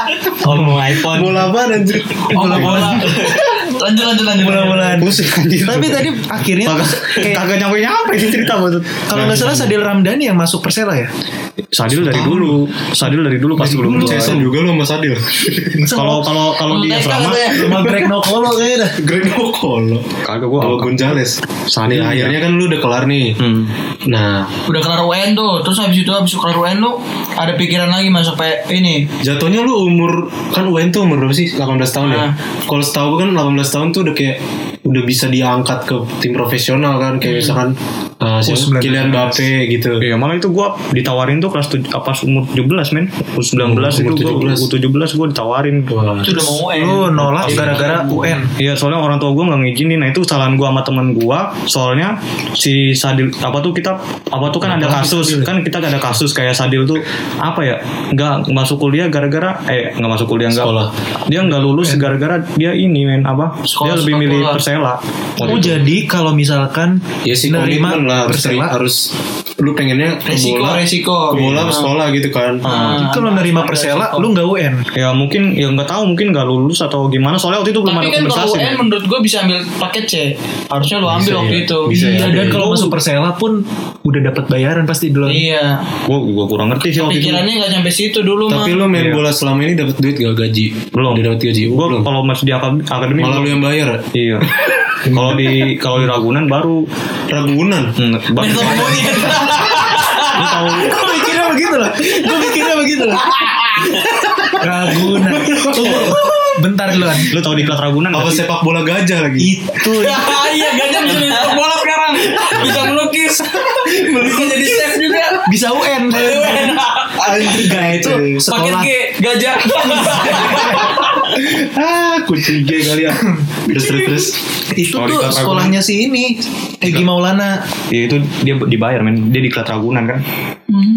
Speaker 4: Oh mau iPhone.
Speaker 2: Bola apa anjir?
Speaker 4: Oh mau bola.
Speaker 1: lanjut lanjut lanjut
Speaker 2: Bola-bolaan.
Speaker 5: Pusing anjing.
Speaker 2: Tapi tadi akhirnya
Speaker 5: Kagak- kagak nyampe nyampe sih cerita banget.
Speaker 2: kalau nggak salah Sadil Ramdhani yang masuk Persela ya.
Speaker 5: Sadil dari dulu, Sadil dari dulu pas belum gua.
Speaker 3: Jason juga lu sama Sadil.
Speaker 5: *laughs* Kalau kalau kalau di
Speaker 1: Mereka
Speaker 5: asrama
Speaker 1: katanya.
Speaker 2: Sama Greg Nokolo kayaknya dah.
Speaker 3: Greg Nokolo. Sama
Speaker 5: kagak gua.
Speaker 3: Gonzales.
Speaker 5: Sadil
Speaker 3: Nah,
Speaker 5: akhirnya.
Speaker 3: akhirnya kan lu udah kelar nih.
Speaker 5: Hmm.
Speaker 3: Nah,
Speaker 1: udah kelar UN tuh terus habis itu habis kelar UN lu ada pikiran lagi masuk pe ini
Speaker 3: Jatuhnya lu umur kan UN tuh umur berapa sih? 18 tahun ya.
Speaker 1: Ah.
Speaker 3: Kalau setahu gue kan 18 tahun tuh udah kayak udah bisa diangkat ke tim profesional kan
Speaker 1: Hmm.
Speaker 3: kayak misalkan uh, siapa?
Speaker 5: 19.
Speaker 3: Kylian Mbappe gitu.
Speaker 5: Iya, malah itu gua ditawarin tuh kelas tuj- apa umur 17, men. Umur 19 itu
Speaker 3: Umur
Speaker 5: gua
Speaker 3: 17.
Speaker 5: umur 17 gua ditawarin.
Speaker 3: Wah.
Speaker 1: itu udah mau UN
Speaker 2: Lu Oh, nolak gara-gara UN.
Speaker 5: Iya, soalnya orang tua gua nggak ngizinin. Nah, itu kesalahan gua sama temen gua. Soalnya si Sadil apa tuh kita apa tuh kan ada kasus, kan kita ada kasus kayak Sadil tuh apa ya? nggak masuk kuliah gara-gara eh nggak masuk kuliah enggak.
Speaker 3: Sekolah.
Speaker 5: Dia nggak lulus gara-gara dia ini, men, apa?
Speaker 1: Sekolah
Speaker 5: dia lebih
Speaker 1: sepak
Speaker 5: milih
Speaker 1: bola.
Speaker 5: Persela.
Speaker 2: Oh jadi kalau misalkan
Speaker 3: Ya sih
Speaker 5: Nah,
Speaker 2: nerima
Speaker 3: komitmen lah harus,
Speaker 2: Persela
Speaker 3: harus lu pengennya ke
Speaker 1: Resiko,
Speaker 3: bola,
Speaker 1: resiko.
Speaker 3: ke bola
Speaker 1: Iya.
Speaker 3: sekolah gitu kan.
Speaker 1: Ah,
Speaker 2: kalau nerima Persela lu nggak UN.
Speaker 5: Ya mungkin ya nggak tahu mungkin nggak lulus atau gimana. Soalnya waktu itu belum
Speaker 1: tapi
Speaker 5: ada
Speaker 1: kan kalau
Speaker 5: konversasi.
Speaker 1: UN
Speaker 5: men.
Speaker 1: menurut gue bisa ambil paket C harusnya lu ambil waktu
Speaker 3: ya.
Speaker 1: itu
Speaker 3: Bisa ya.
Speaker 2: Iya dan
Speaker 3: Ada.
Speaker 2: kalau masuk Persela pun udah dapat bayaran pasti dulu.
Speaker 1: iya
Speaker 5: Gua gua kurang ngerti sih waktu itu.
Speaker 1: pikirannya nggak sampai situ dulu mah
Speaker 3: Tapi lu main
Speaker 5: Iya.
Speaker 3: bola selama ini dapat duit gak gaji?
Speaker 5: Belum.
Speaker 3: Udah dapat gaji? Oh,
Speaker 5: Gua
Speaker 3: belum.
Speaker 5: kalau masih di akad- akademi
Speaker 3: Malah
Speaker 5: belum.
Speaker 3: lu yang bayar.
Speaker 5: Iya. kalau di kalau di Ragunan baru
Speaker 3: Ragunan.
Speaker 5: hmm, ba-
Speaker 2: Gue mikirnya begitu loh. Gue mikirnya begitu loh. Ragunan. Bentar duluan.
Speaker 5: lu tahu di klat Ragunan
Speaker 3: Apa
Speaker 5: nggak sih?
Speaker 3: sepak bola gajah lagi?
Speaker 2: Itu
Speaker 1: *laughs* iya gajah bisa main sepak bola sekarang bisa melukis melukis jadi chef juga
Speaker 2: bisa UN.
Speaker 3: Anjir gak
Speaker 2: Itu
Speaker 1: paket
Speaker 2: sekolah
Speaker 1: G gajah
Speaker 3: Ah, kucing G kali
Speaker 5: *laughs*
Speaker 3: ya. Terus terus terus.
Speaker 2: itu
Speaker 5: Oh, di
Speaker 2: tuh
Speaker 5: Kota
Speaker 2: sekolahnya si ini Egi Maulana.
Speaker 5: Ya itu dia dibayar men, dia di klat Ragunan kan.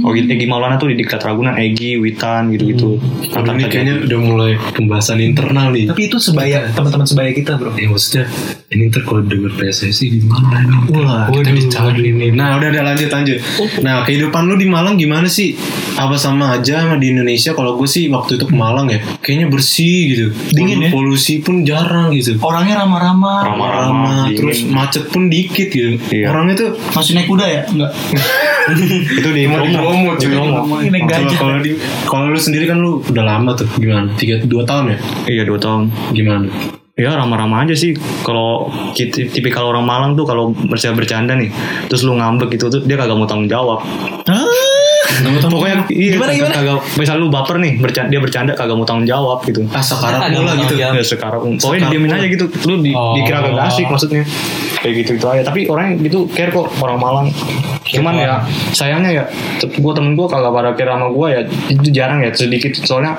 Speaker 5: Oh gitu, Egi Maulana tuh di klat Ragunan, Egi, Witan gitu-gitu.
Speaker 3: Kalau
Speaker 5: Tata
Speaker 3: ini Hmm. kayaknya udah mulai pembahasan internal nih.
Speaker 2: Tapi itu sebaya teman-teman sebaya kita bro.
Speaker 3: Ya maksudnya ini ntar kalau denger PSSI gimana
Speaker 2: ya,
Speaker 3: dong?
Speaker 2: Wah,
Speaker 3: kita dicari nih. Nah udah udah lanjut lanjut. Nah kehidupan lu di Malang gimana sih? Apa sama aja sama di Indonesia? Kalau gue sih waktu itu ke Malang ya, kayaknya bersih gitu.
Speaker 2: Dingin ya?
Speaker 3: Polusi pun jarang gitu.
Speaker 1: orangnya ramah-ramah
Speaker 5: Ramah-ramah, dingin.
Speaker 3: terus macet pun dikit gitu.
Speaker 5: Iya.
Speaker 3: Orangnya tuh
Speaker 1: masih naik kuda ya enggak
Speaker 5: itu di promo.
Speaker 3: di promo.
Speaker 2: ini
Speaker 3: Kalau-
Speaker 2: gajah.
Speaker 3: Kalau di- kalau lu sendiri kan lu udah lama tuh gimana? Tiga dua tahun ya?
Speaker 5: Iya dua tahun.
Speaker 3: Gimana?
Speaker 5: Ya ramah-ramah aja sih. Kalau kita- tipikal orang Malang tuh kalau bercanda bercanda nih, terus lu ngambek gitu tuh dia kagak mau tanggung jawab.
Speaker 2: Hah?
Speaker 5: Pokoknya iya,
Speaker 2: Gimana,
Speaker 5: kagak-
Speaker 2: gimana?
Speaker 5: kagak misal lu baper nih, bercanda, dia bercanda kagak mau tanggung jawab gitu.
Speaker 3: Ah sekarat lu lah
Speaker 4: Agak mau
Speaker 3: gitu.
Speaker 4: tanggung jawab.
Speaker 5: Ya sekarang pokoknya
Speaker 3: Sekarang.
Speaker 5: diemin aja gitu. Lu di,
Speaker 4: Oh.
Speaker 5: dikira kagak asik maksudnya. Kayak gitu itu aja. Tapi orang gitu care kok orang Malang. Cuman ya sayangnya ya te- gua temen gua kagak pada care sama gua ya itu jarang ya sedikit soalnya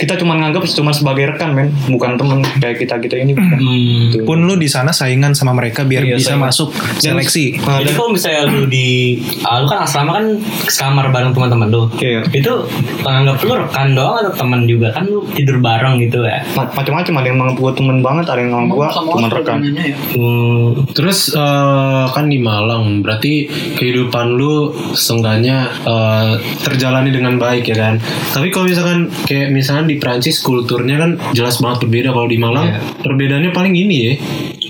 Speaker 5: kita cuma nganggap cuma sebagai rekan men bukan temen kayak kita kita
Speaker 2: *clears throat*
Speaker 5: ini bukan.
Speaker 4: Hmm.
Speaker 2: Pun lu di sana saingan sama mereka biar
Speaker 5: Iya,
Speaker 2: bisa
Speaker 5: saingan.
Speaker 2: masuk seleksi.
Speaker 4: Jadi kalau misalnya lu di ah, lu kan asrama kan sekamar bareng teman-teman lu.
Speaker 5: Iya.
Speaker 4: Itu penganggap lu rekan doang atau teman juga kan lu tidur bareng gitu ya.
Speaker 5: Ma- macam-macam ada yang menganggap gua temen banget ada yang menganggap gua
Speaker 1: Sama
Speaker 5: temen
Speaker 1: orang
Speaker 5: rekan
Speaker 1: perbedaannya ya.
Speaker 4: Hmm.
Speaker 3: Terus eh, kan di Malang, berarti kehidupan lu seenggaknya eh, terjalani dengan baik ya kan. Tapi kalau misalkan kayak misalnya di Prancis kulturnya kan jelas banget berbeda kalau di Malang.
Speaker 4: Iya.
Speaker 3: Perbedaannya paling ini ya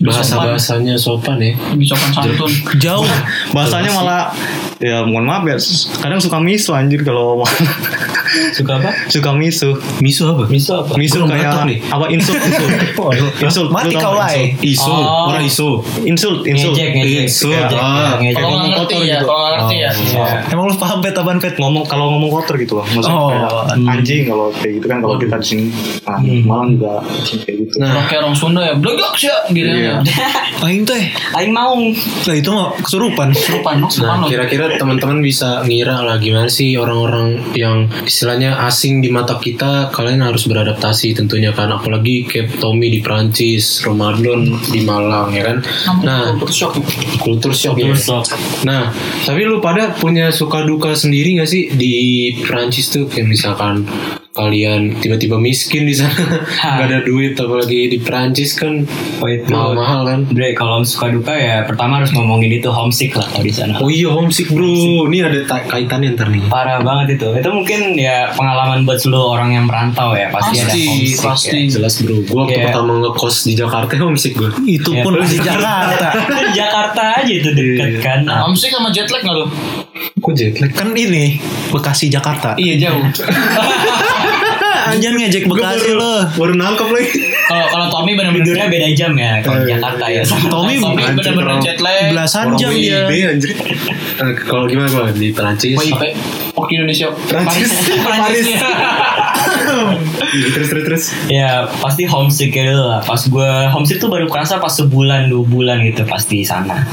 Speaker 3: bahasa bahasanya sopan ya.
Speaker 1: lebih sopan santun
Speaker 2: Jauh.
Speaker 5: bahasanya malah ya mohon maaf ya kadang suka misu anjir kalau *laughs*
Speaker 4: Suka apa?
Speaker 5: suka misu
Speaker 3: Miso apa?
Speaker 4: Miso apa?
Speaker 5: misu
Speaker 3: Belum
Speaker 5: kayak
Speaker 3: datang nih.
Speaker 5: apa insult
Speaker 2: *laughs*
Speaker 5: insult insult
Speaker 2: Mati
Speaker 5: Lu tau
Speaker 2: kau,
Speaker 5: nggak
Speaker 2: Lai.
Speaker 3: Iso,
Speaker 4: Oh.
Speaker 3: orang iso.
Speaker 5: insult insult
Speaker 4: Ngejek, ngejek.
Speaker 3: Iso,
Speaker 4: Ngejek,
Speaker 3: ah.
Speaker 4: ngejek.
Speaker 1: kalau nggak ngerti ya kalau nggak ngerti ya
Speaker 4: Iya.
Speaker 2: Emang lu paham pet apaan pet?
Speaker 5: ngomong kalau ngomong kotor gitu loh maksudnya
Speaker 2: Oh.
Speaker 5: kayak anjing kalau kayak gitu kan kalau kita di sini nah, malam juga kayak gitu
Speaker 3: Nah.
Speaker 1: Orang kayak orang Sunda ya, blegok sih gitu
Speaker 5: Iya.
Speaker 1: ya. *laughs*
Speaker 2: Aing teh.
Speaker 4: Aing mau
Speaker 2: Lah itu mah kesurupan.
Speaker 1: Kesurupan, lu kesurupan
Speaker 3: Nah,
Speaker 1: lu.
Speaker 3: kira-kira teman-teman bisa ngira lah gimana sih orang-orang yang istilahnya asing di mata kita kalian harus beradaptasi tentunya kan apalagi kayak Tommy di Prancis, Ramadan di Malang ya kan. Nah, kultur shock ya.
Speaker 4: Besok.
Speaker 3: Nah, tapi lu pada punya suka duka sendiri gak sih di Prancis tuh kayak misalkan kalian tiba-tiba miskin di *laughs* sana nggak ada duit apalagi di Prancis kan
Speaker 4: Oh, itu.
Speaker 3: mahal-mahal kan
Speaker 4: Bre, kalau suka duka ya pertama harus ngomongin itu homesick lah kalau di sana.
Speaker 3: oh iya homesick bro ini ada ta- kaitannya ntar nih
Speaker 4: Parah banget itu. Itu mungkin ya pengalaman buat seluruh orang yang merantau ya pasti, ada homesick. ya.
Speaker 3: Iya, jelas bro gue waktu
Speaker 4: Iya.
Speaker 3: pertama ngekos di Jakarta *laughs* homesick Iya. gue
Speaker 2: Itu
Speaker 4: Ya,
Speaker 2: pun
Speaker 4: lu *laughs*
Speaker 2: di Jakarta.
Speaker 4: Jakarta aja itu deket kan.
Speaker 1: Homesick sama jet lag nggak lu?
Speaker 3: kok jet lag
Speaker 2: kan ini Bekasi Jakarta.
Speaker 1: Iya jauh.
Speaker 2: Anjan ngejek Bekasi lo.
Speaker 3: baru nangkep lagi
Speaker 4: Kalau kalau Tommy benar-benar beda jam ya kalau di Jakarta ya.
Speaker 2: Tommy
Speaker 1: Tommy
Speaker 3: Anjing,
Speaker 1: bener-bener
Speaker 3: bro.
Speaker 1: jet lag.
Speaker 2: belasan jam ya.
Speaker 3: WIB anjir Eh, kalau gimana gue di Prancis
Speaker 1: Wah, iya. IP. Oke Indonesia.
Speaker 3: Prancis. *laughs*
Speaker 1: Prancis.
Speaker 3: Iya, terus terus terus
Speaker 4: Ya pasti homesick ya dulu lah. Pas gue homesick tuh baru kerasa pas sebulan dua bulan gitu pasti di sana.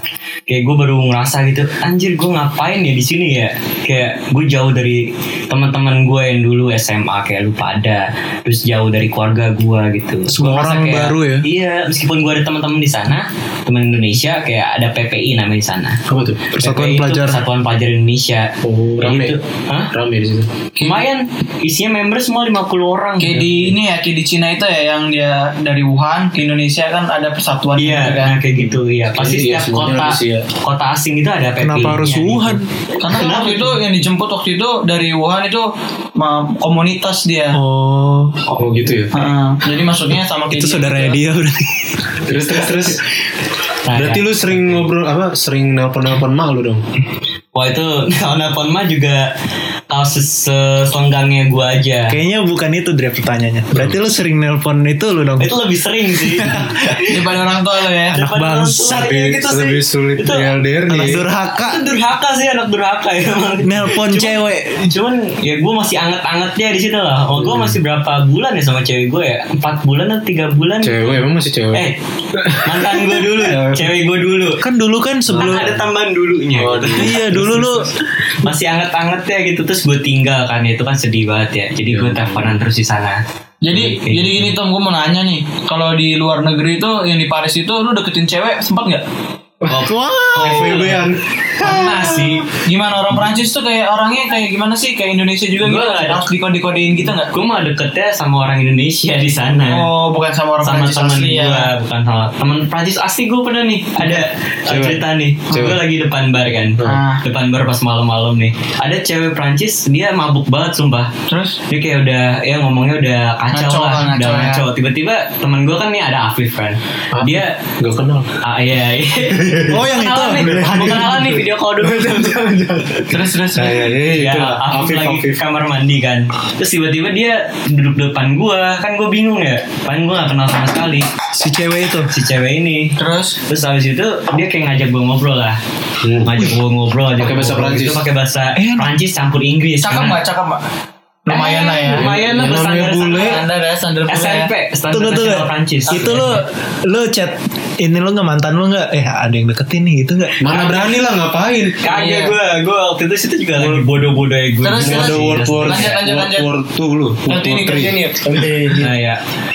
Speaker 4: Kayak gue baru ngerasa gitu, anjir gue ngapain ya di sini ya? Kayak gue jauh dari teman-teman gue yang dulu SMA kayak lu pada, terus jauh dari keluarga gue gitu.
Speaker 2: Semua
Speaker 4: Gua ngerasa
Speaker 2: orang baru ya?
Speaker 4: Iya, meskipun gue ada teman-teman di sana, teman Indonesia kayak ada PPI namanya di sana.
Speaker 3: apa tuh
Speaker 4: PPI
Speaker 2: Persatuan
Speaker 4: itu
Speaker 2: Pelajar.
Speaker 4: Persatuan Pelajar Indonesia.
Speaker 3: oh rame
Speaker 4: Itu. Hah?
Speaker 3: rame di situ
Speaker 4: Lumayan, isinya member semua 50 orang. gitu.
Speaker 1: Kayak di ini ya, kayak di Cina itu ya yang dia dari Wuhan ke Indonesia kan ada persatuan
Speaker 4: Iya,
Speaker 1: gitu
Speaker 4: nah,
Speaker 1: kan.
Speaker 4: kayak gitu ya. Pasti
Speaker 3: Iya,
Speaker 4: setiap
Speaker 3: semuanya
Speaker 4: kota
Speaker 3: harus, iya.
Speaker 4: kota asing itu ada PPI.
Speaker 2: Kenapa harus Wuhan?
Speaker 1: Karena waktu itu yang dijemput waktu itu dari Wuhan itu ma- komunitas dia.
Speaker 2: Oh,
Speaker 3: oh gitu ya
Speaker 1: Heeh. jadi maksudnya sama kayak
Speaker 2: itu
Speaker 1: dia
Speaker 2: saudaranya
Speaker 1: gitu.
Speaker 2: dia berarti.
Speaker 3: terus terus terus
Speaker 4: Nah,
Speaker 3: berarti lu sering ngobrol apa sering nelpon nelpon mak lu dong
Speaker 2: Nah.
Speaker 4: Wah itu *laughs* nelpon mah juga kalau ses- selenggangnya gua aja.
Speaker 2: Kayaknya bukan itu Dre pertanyaannya. Berarti lu sering nelpon itu lu dong.
Speaker 4: Itu lebih sering sih.
Speaker 1: Daripada orang tua lo ya.
Speaker 4: Anak
Speaker 2: bangsat.
Speaker 3: lebih, lebih sulit
Speaker 4: Itu
Speaker 3: di LDR
Speaker 2: Anak
Speaker 3: nih
Speaker 2: durhaka
Speaker 4: gitu Kan durhaka sih anak durhaka ya.
Speaker 2: nelpon cewek.
Speaker 4: Cuman ya gue masih anget-angetnya di situ lah. Oh gue masih berapa bulan ya sama cewek gue ya? Empat bulan atau tiga bulan?
Speaker 3: cewek emang masih cewek
Speaker 4: Eh mantan gue dulu, cewek gue dulu.
Speaker 2: Kan dulu kan
Speaker 4: Kan
Speaker 2: sebelum
Speaker 4: ada tambahan dulunya.
Speaker 3: Waduh.
Speaker 2: Iya dulu lu
Speaker 4: masih anget-anget ya gitu terus gue tinggal kan ya itu kan sedih banget ya jadi
Speaker 1: Hmm.
Speaker 4: gue teleponan terus di sana
Speaker 1: Jadi
Speaker 4: Oke.
Speaker 1: jadi gini Tom, gue mau nanya nih, kalau di luar negeri itu yang di Paris itu lu deketin cewek sempat nggak?
Speaker 2: Wah
Speaker 3: FWB-an
Speaker 4: pernah sih
Speaker 1: Gimana orang Prancis tuh kayak orangnya kayak gimana sih? Kayak Indonesia juga gitu,
Speaker 4: Gua-
Speaker 1: nggak? harus dikode-kodein gitu nggak?
Speaker 4: gue mah deketnya sama orang Indonesia di sana
Speaker 1: Oh, bukan sama orang
Speaker 4: Iya. sama
Speaker 1: Prancis
Speaker 4: temen
Speaker 1: asli
Speaker 4: gue
Speaker 1: ya.
Speaker 4: bukan sama temen Prancis asli gue pernah nih ada uh,
Speaker 3: Cewek.
Speaker 4: cerita nih
Speaker 3: Cewek.
Speaker 4: gue lagi depan bar kan
Speaker 1: Ah.
Speaker 4: depan bar pas malam-malam nih ada cewek Prancis dia mabuk banget sumpah
Speaker 1: Terus
Speaker 4: dia kayak udah ya ngomongnya udah kacau
Speaker 1: Ngaco lah,
Speaker 4: lah,
Speaker 1: ngaco
Speaker 4: udah
Speaker 1: ya.
Speaker 4: kacau. Tiba-tiba temen gue kan nih ada Afif kan, dia
Speaker 3: Gak kenal
Speaker 4: Ah iya, iya.
Speaker 2: Oh, yang itu.
Speaker 4: Kenalan nih, mau kenalan nih video call
Speaker 3: *laughs*
Speaker 4: dulu.
Speaker 3: Iya,
Speaker 1: terus terus.
Speaker 3: Nah,
Speaker 1: terus.
Speaker 3: ya, ya,
Speaker 4: Ya,
Speaker 3: itu
Speaker 4: Afif
Speaker 3: Afif,
Speaker 4: lagi ke
Speaker 3: Afif.
Speaker 4: kamar mandi kan Terus tiba-tiba dia duduk depan gua Kan gua bingung ya Paling gua gak kenal sama sekali
Speaker 2: si cewek itu.
Speaker 4: Si cewek ini
Speaker 1: Terus
Speaker 4: Terus habis itu dia kayak ngajak gua ngobrol lah Ngajak gua ngobrol ngajak
Speaker 3: Hmm. Pakai
Speaker 4: gua
Speaker 3: bahasa
Speaker 4: ngobrol
Speaker 3: Prancis.
Speaker 4: gitu, Pakai bahasa Prancis campur Inggris
Speaker 1: cakep
Speaker 4: karena-
Speaker 1: nggak? Cakep nggak? Lumayan lah ya.
Speaker 4: Eh, Lumayan lah
Speaker 3: Yang namanya
Speaker 4: standar
Speaker 3: bule.
Speaker 1: Anda ada sandal bule ya.
Speaker 4: SMP Standar
Speaker 2: Tunggu tunggu.
Speaker 4: nasional Prancis
Speaker 2: Itu lu lu chat ini lu nggak mantan lu nggak? Eh ada yang deketin nih gitu nggak?
Speaker 3: Mana berani lah ngapain
Speaker 1: Iya.
Speaker 4: Kagak gua Gua waktu itu situ juga lagi bodoh-bodohnya gua
Speaker 1: Terus,
Speaker 4: juga
Speaker 1: terus.
Speaker 3: Ada
Speaker 4: sih,
Speaker 3: World
Speaker 4: asli.
Speaker 3: War
Speaker 1: Lanjut, lanjut,
Speaker 3: World
Speaker 1: lanjut.
Speaker 3: War 2 lu World
Speaker 1: Ganti
Speaker 3: War
Speaker 1: nih, ganti
Speaker 3: 3
Speaker 1: nih.
Speaker 3: Iya.
Speaker 4: Nah ya,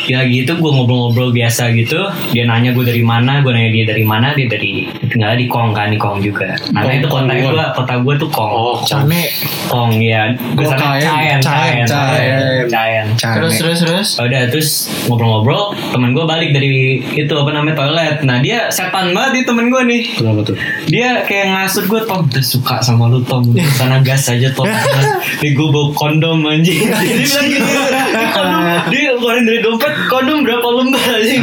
Speaker 4: ya gitu gue ngobrol-ngobrol biasa gitu. Dia nanya gue dari mana, gue nanya dia dari mana, dia dari tinggal di Kong kan, di Kong juga. Nah
Speaker 3: Kong,
Speaker 4: itu kota
Speaker 3: Kong.
Speaker 4: gue, kota gue tuh Kong.
Speaker 3: Oh
Speaker 2: Cane,
Speaker 4: Kong ya, gue
Speaker 3: Oh,
Speaker 4: sana
Speaker 3: Caen,
Speaker 4: Caen, Caen,
Speaker 3: Caen,
Speaker 4: Caen,
Speaker 3: Caen.
Speaker 4: Caen.
Speaker 2: cane.
Speaker 1: Terus terus terus.
Speaker 4: Ya Udah terus ngobrol-ngobrol, temen gue balik dari itu apa namanya toilet. Nah dia setan banget nih temen gue nih.
Speaker 3: Kenapa tuh?
Speaker 4: Dia kayak ngasut gue Tom udah suka sama lu Tom Udah sana gas aja Tom Nih gue bawa kondom anjing Jadi dia bilang gini kondom, Dia keluarin dari dompet Kondom berapa lembar anjing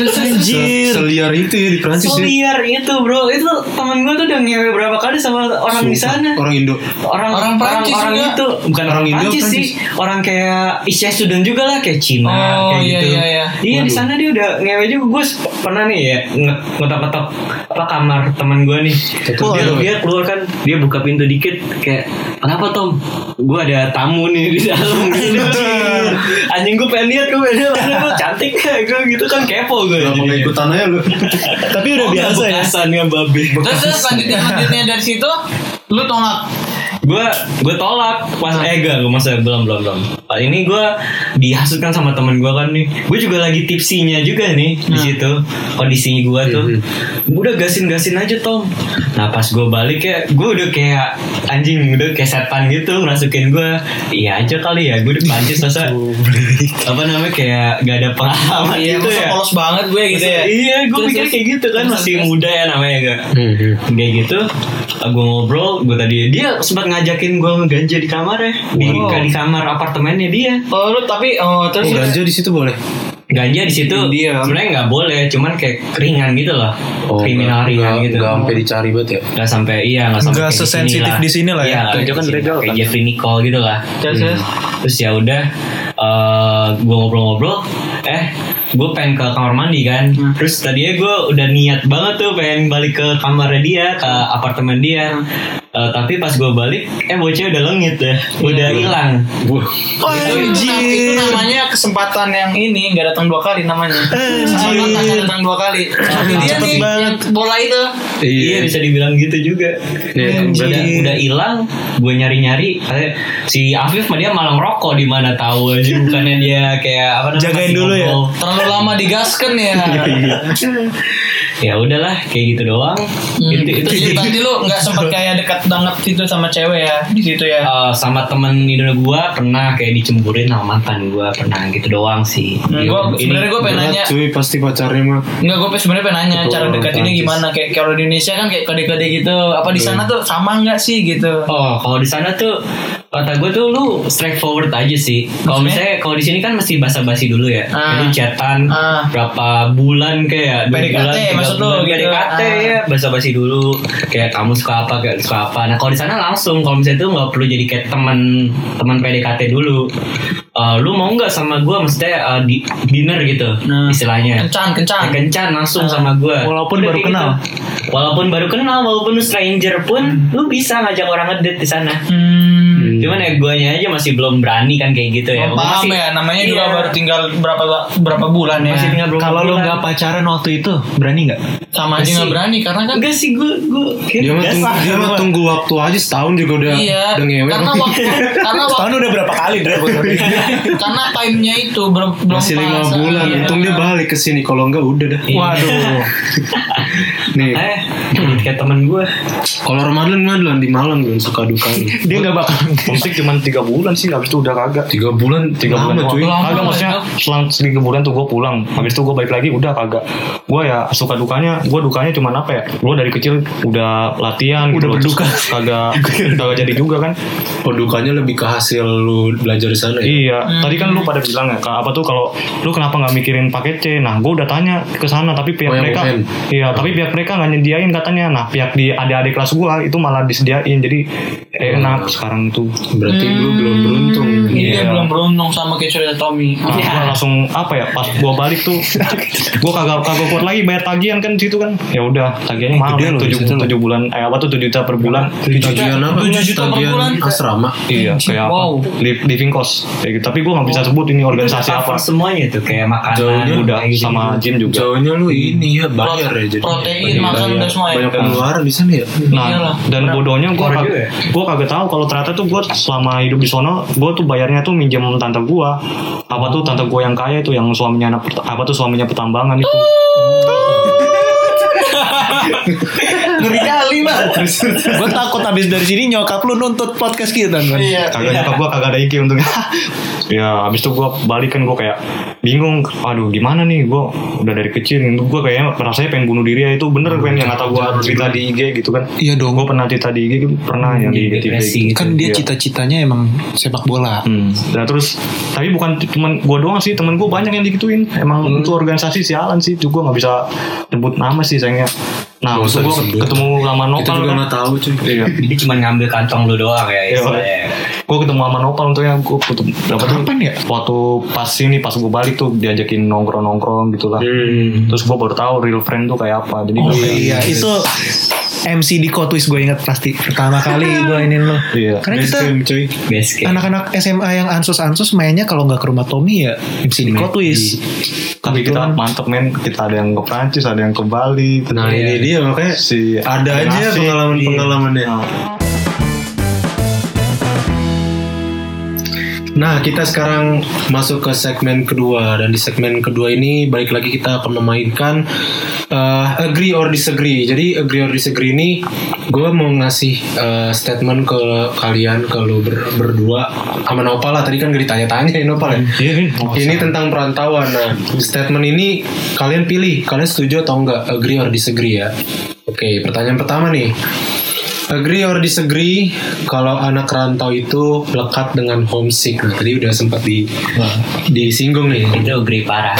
Speaker 1: Terus terus.
Speaker 3: Se- Seliar itu ya di Prancis ya
Speaker 4: Seliar itu bro Itu temen gue tuh udah ngewe berapa kali sama orang di
Speaker 3: Sumpah.
Speaker 4: sana
Speaker 3: Orang Indo
Speaker 4: Orang
Speaker 1: Orang Prancis
Speaker 4: orang,
Speaker 1: juga.
Speaker 4: itu bukan orang,
Speaker 3: Orang Indo,
Speaker 4: Prancis sih, orang kayak Asia Sudan juga lah kayak Cina
Speaker 1: Oh,
Speaker 4: kayak
Speaker 1: iya,
Speaker 4: gitu.
Speaker 1: iya, iya.
Speaker 4: Iya, di
Speaker 3: Waduh.
Speaker 4: sana dia udah ngewe juga. Gue pernah nih ya nge- ngetok-ngetok apa kamar teman gue nih.
Speaker 3: Ketuk
Speaker 4: dia,
Speaker 3: dulu.
Speaker 4: dia keluar kan, dia buka pintu dikit kayak kenapa Tom? Gue ada tamu nih di
Speaker 2: *laughs*
Speaker 4: dalam. Gitu. Anjing gue pengen lihat gue pengen lihat gue cantik *laughs* gue gitu kan kepo gue.
Speaker 3: Gak mau
Speaker 4: jadinya.
Speaker 3: ikutan aja lu
Speaker 2: Tapi udah biasa ya.
Speaker 4: Bekasan ya babi.
Speaker 1: Terus terus lanjutnya lanjutnya dari situ Lu tolak
Speaker 4: gue gue tolak pas
Speaker 1: Ah.
Speaker 4: eh gak gue masa belum belum belum Pas ini gue dihasutkan sama temen gue kan nih gue juga lagi tipsinya juga nih di
Speaker 1: Ah.
Speaker 4: situ kondisi gue tuh
Speaker 1: Mhm.
Speaker 4: udah gasin gasin aja tom nah pas gue balik ya gue udah kayak anjing udah kayak setan gitu ngerasukin gue iya aja kali ya gue di Prancis masa apa namanya kayak gak ada pengalaman
Speaker 1: Iya
Speaker 4: gitu
Speaker 1: masa
Speaker 4: ya
Speaker 1: polos banget gue gitu ya
Speaker 4: iya gue
Speaker 1: Terus,
Speaker 4: pikir
Speaker 1: terus.
Speaker 4: kayak gitu kan
Speaker 1: Terus,
Speaker 4: masih
Speaker 1: terus.
Speaker 4: muda ya namanya gak
Speaker 3: Hmm.
Speaker 4: kayak gitu gue ngobrol gue tadi dia sempat ngajakin gue ngeganja di kamar ya di,
Speaker 1: Wow.
Speaker 4: di kamar apartemennya dia
Speaker 1: Oh lu tapi oh,
Speaker 3: Oh,
Speaker 1: terus lu-
Speaker 3: ganja di situ boleh.
Speaker 4: ganja di situ
Speaker 1: Dia.
Speaker 4: sebenarnya nggak boleh cuman kayak keringan gitu loh
Speaker 3: Oh,
Speaker 4: kriminal ringan gitu
Speaker 3: Gak sampai dicari banget ya.
Speaker 4: Nggak sampai iya nggak sampai
Speaker 2: Nggak
Speaker 4: kayak
Speaker 2: sesensitif di sini lah ya.
Speaker 4: Iya, nggak
Speaker 5: Ganja kan
Speaker 4: di sini.
Speaker 5: legal
Speaker 4: kayak
Speaker 5: kan.
Speaker 4: Jeffrey Nicole gitu lah
Speaker 1: Terus, terus.
Speaker 4: terus ya udah eh gue ngobrol-ngobrol eh gue pengen ke kamar mandi kan
Speaker 2: Hmm.
Speaker 4: terus tadinya gue udah niat banget tuh pengen balik ke kamarnya dia ke
Speaker 2: Hmm.
Speaker 4: apartemen dia Eh, tapi pas gue balik eh bocah udah lengit
Speaker 2: Iya.
Speaker 4: ya udah hilang
Speaker 3: Wah,
Speaker 4: Iya,
Speaker 1: itu, itu, na- itu namanya kesempatan yang ini nggak datang dua kali namanya. Kesempatan nggak datang dua kali. Tapi dia
Speaker 2: Cepet
Speaker 1: nih
Speaker 2: banget.
Speaker 1: yang bola itu.
Speaker 4: iya bisa dibilang gitu juga
Speaker 3: Iya,
Speaker 4: udah
Speaker 2: Anjir.
Speaker 4: udah hilang gue nyari nyari si Afif mah dia malah ngerokok di mana tahu aja
Speaker 2: *laughs*
Speaker 4: bukannya dia kayak apa namanya
Speaker 2: Jagain
Speaker 4: kasih
Speaker 2: dulu ya.
Speaker 4: ngobrol.
Speaker 1: Terlalu lama digaskan ya.
Speaker 4: Iya, ya udahlah kayak gitu doang
Speaker 1: Hmm,
Speaker 4: Gitu- itu sih.
Speaker 1: Jadi tadi lu nggak sempat kayak dekat banget gitu sama cewek ya di situ ya.
Speaker 4: Eh, sama temen di gue pernah kayak dicemburin sama mantan gue pernah gitu doang sih
Speaker 1: Hmm, gua
Speaker 4: Ini-
Speaker 1: sebenarnya gue pengen nanya
Speaker 3: cuy pasti pacarnya mah.
Speaker 1: Enggak, gue sebenarnya pengen nanya
Speaker 3: Ketua
Speaker 1: cara
Speaker 3: orang
Speaker 1: dekat ini
Speaker 3: Prancis.
Speaker 1: gimana kayak kalau di Indonesia kan kayak kode-kode gitu. Apa di
Speaker 4: Iya.
Speaker 1: sana tuh sama nggak sih gitu?
Speaker 4: Oh, kalau di sana tuh kata gue tuh lu straightforward aja sih. Kalau
Speaker 1: Maksudnya?
Speaker 4: misalnya kalau di sini kan mesti basa-basi dulu ya.
Speaker 1: Ah.
Speaker 4: Jadi chatan
Speaker 1: Ah.
Speaker 4: berapa bulan kayak dua
Speaker 1: PDKT,
Speaker 4: bulan, tiga
Speaker 1: maksud lu
Speaker 4: bulan,
Speaker 1: gitu.
Speaker 4: PDKT
Speaker 1: Ah.
Speaker 4: ya basa-basi dulu. Kayak kamu suka apa, kayak suka apa. Nah kalau di sana langsung kalau misalnya tuh nggak perlu jadi kayak teman teman PDKT dulu. Eh, lu mau nggak sama gue maksudnya eh, di, dinner gitu
Speaker 1: Nah.
Speaker 4: istilahnya
Speaker 1: Kencan, kencan.
Speaker 4: Ya, kencan langsung sama gue
Speaker 2: Walaupun baru
Speaker 4: Eh, kayak
Speaker 2: kenal.
Speaker 4: gitu. walaupun baru kenal walaupun lu stranger pun lu bisa ngajak orang ngedate di sana
Speaker 1: Hmm.
Speaker 4: cuman ya guanya aja masih belum berani kan kayak gitu ya
Speaker 1: Oh, paham
Speaker 4: masih,
Speaker 1: ya namanya juga
Speaker 4: Iya.
Speaker 1: baru tinggal berapa berapa bulan ya
Speaker 4: masih tinggal berapa
Speaker 2: Kalau lu
Speaker 4: bulan.
Speaker 2: nggak pacaran waktu itu, berani nggak?
Speaker 1: sama aja
Speaker 4: Masih.
Speaker 1: nggak berani karena kan
Speaker 4: enggak sih gue gue
Speaker 3: Dia mah tunggu, dia mah tunggu waktu aja setahun juga udah
Speaker 1: iya
Speaker 3: udah ngewe.
Speaker 1: karena
Speaker 3: *laughs*
Speaker 1: waktu karena waktu
Speaker 2: Tahun udah berapa kali, Dre?
Speaker 1: karena timenya itu belum belum
Speaker 3: masih lima
Speaker 1: pas.
Speaker 3: bulan.
Speaker 1: Iya.
Speaker 3: Untung dia balik ke sini. Kalau enggak udah dah.
Speaker 2: Waduh.
Speaker 3: *laughs* Nih,
Speaker 4: eh kayak temen gue
Speaker 3: kalau Ramadan Ramadan di Malang belum suka duka.
Speaker 2: Dia nggak
Speaker 5: *laughs*
Speaker 2: bakal.
Speaker 5: Mungkin cuma tiga bulan sih, habis itu udah kagak.
Speaker 3: *laughs* Tiga bulan, tiga
Speaker 5: Lama,
Speaker 3: bulan cuy.
Speaker 5: doang.
Speaker 1: Lama,
Speaker 5: Kagak maksudnya
Speaker 1: ya.
Speaker 5: selang tiga bulan tuh gue pulang. Habis itu gue balik lagi udah kagak. Gue ya suka dukanya, gue dukanya cuma apa ya? Gue dari kecil udah latihan, udah berduka, kagak kagak jadi juga kan?
Speaker 3: Pedukannya lebih ke hasil lu belajar di sana ya.
Speaker 5: Iya. Tadi kan lu pada bilang ya, apa tuh kalau lu kenapa nggak mikirin paket C? Nah, gue udah tanya ke sana, tapi pihak
Speaker 3: Oh, yang
Speaker 5: mereka,
Speaker 3: UN.
Speaker 5: iya, tapi pihak mereka nggak nyediain katanya. Nah, pihak di adik-adik kelas gue itu malah disediain, jadi eh, enak sekarang tuh.
Speaker 3: Berarti lu belum beruntung.
Speaker 1: Iya,
Speaker 5: Iya.
Speaker 1: belum beruntung sama kayak cerita Tommy. Iya.
Speaker 5: Nah,
Speaker 4: Ya.
Speaker 5: gua langsung apa ya pas gua balik tuh gua kagak kagak kuat lagi bayar tagihan kan di situ kan ya udah tagihannya mahal
Speaker 3: gede
Speaker 5: kan,
Speaker 3: loh di
Speaker 5: tujuh
Speaker 3: situ.
Speaker 5: tujuh bulan eh apa tuh tujuh juta per bulan
Speaker 3: Tagihan apa?
Speaker 1: Tujuh juta per
Speaker 3: Tagihan
Speaker 1: bulan.
Speaker 3: asrama.
Speaker 5: iya kayak
Speaker 1: Wow.
Speaker 5: apa Li- living cost kayak gitu. tapi gua nggak bisa sebut ini organisasi apa
Speaker 4: semuanya tuh kayak makanan
Speaker 3: Jauhnya
Speaker 5: udah
Speaker 4: kayak gitu.
Speaker 5: sama Ah, gym juga
Speaker 3: Jauhnya lu ini ya bayar ya jadi.
Speaker 1: Protein, makan udah semua ya.
Speaker 3: Banyak pengeluaran di sana ya.
Speaker 5: Nah,
Speaker 1: Iyalah.
Speaker 5: dan bodohnya gue
Speaker 4: Parah
Speaker 5: kag
Speaker 4: juga ya.
Speaker 5: gua kagak tahu kalau ternyata tuh gue selama hidup di sono, gue tuh bayarnya tuh minjem tante gue. Apa tuh tante gue yang kaya tuh yang suaminya anak pert- apa tuh suaminya pertambangan itu.
Speaker 2: Ngeri kali, Mbak. Gue takut abis dari sini nyokap lu nuntut podcast kita, kan?
Speaker 1: Iya.
Speaker 5: kagak nyokap gue kagak ada iki untuk *laughs* ya abis itu gue balikan gue kayak bingung aduh gimana nih gue udah dari kecil gue kayaknya rasanya pengen bunuh diri ya itu bener kan yang kata gue cerita di IG gitu kan
Speaker 2: Hmm, Iya dong. Hmm,
Speaker 5: gue pernah cerita di IG gitu pernah yang
Speaker 4: Jadi
Speaker 5: di IG TV
Speaker 4: depresi
Speaker 5: gitu.
Speaker 4: gitu.
Speaker 2: Kan dia
Speaker 5: Iya.
Speaker 2: cita-citanya emang sepak bola.
Speaker 5: Hmm. Nah terus tapi bukan teman gue doang sih temen gue banyak yang digituin emang
Speaker 3: Hmm.
Speaker 5: itu organisasi sialan sih itu gue nggak bisa sebut nama sih sayangnya nah
Speaker 3: Nggak usah
Speaker 5: gue
Speaker 3: disebut.
Speaker 5: ketemu sama
Speaker 3: Kita
Speaker 5: Nopal
Speaker 3: juga
Speaker 5: kan
Speaker 3: nggak tahu cuy.
Speaker 5: iya
Speaker 4: dia cuma ngambil kantong lu doang ya
Speaker 5: Iya.
Speaker 4: istilahnya.
Speaker 5: gue ketemu sama Nopal untungnya gue ketemu dapat
Speaker 2: Kapan ya?
Speaker 5: waktu pas ini pas gue balik tuh diajakin nongkrong nongkrong gitulah
Speaker 3: Hmm.
Speaker 5: terus gue baru tahu real friend tuh kayak apa
Speaker 3: Oh,
Speaker 5: jadi gua kayak-
Speaker 2: Iya, itu MC di Kotwis gue inget pasti pertama kali gue ini lo.
Speaker 5: Iya.
Speaker 2: Karena kita
Speaker 3: cuy.
Speaker 4: Base camp.
Speaker 2: anak-anak SMA yang ansus-ansus mainnya kalau nggak ke rumah Tommy ya MC di Kotwis.
Speaker 3: Kan
Speaker 5: tapi
Speaker 3: gitu
Speaker 2: Kebetulan.
Speaker 5: kita mantep men kita ada yang ke Prancis ada yang ke Bali gitu. Iya.
Speaker 3: Nah ini dia makanya
Speaker 5: si
Speaker 3: ada aja
Speaker 5: Nasi.
Speaker 3: pengalaman pengalamannya. Nah, kita sekarang masuk ke segmen kedua dan di segmen kedua ini balik lagi kita akan memainkan eh, agree or disagree. Jadi agree or disagree ini gue mau ngasih eh, statement ke kalian ke lu ber- berdua sama Nopal lah. Tadi kan gue ditanya-tanya ya Nopal ya. ini tentang perantauan. Nah, statement ini kalian pilih, kalian setuju atau enggak agree or disagree ya. Oke, pertanyaan pertama nih. Agree or disagree kalau anak rantau itu lekat dengan homesick. Nah, tadi udah sempat di disinggung nih.
Speaker 4: itu agree parah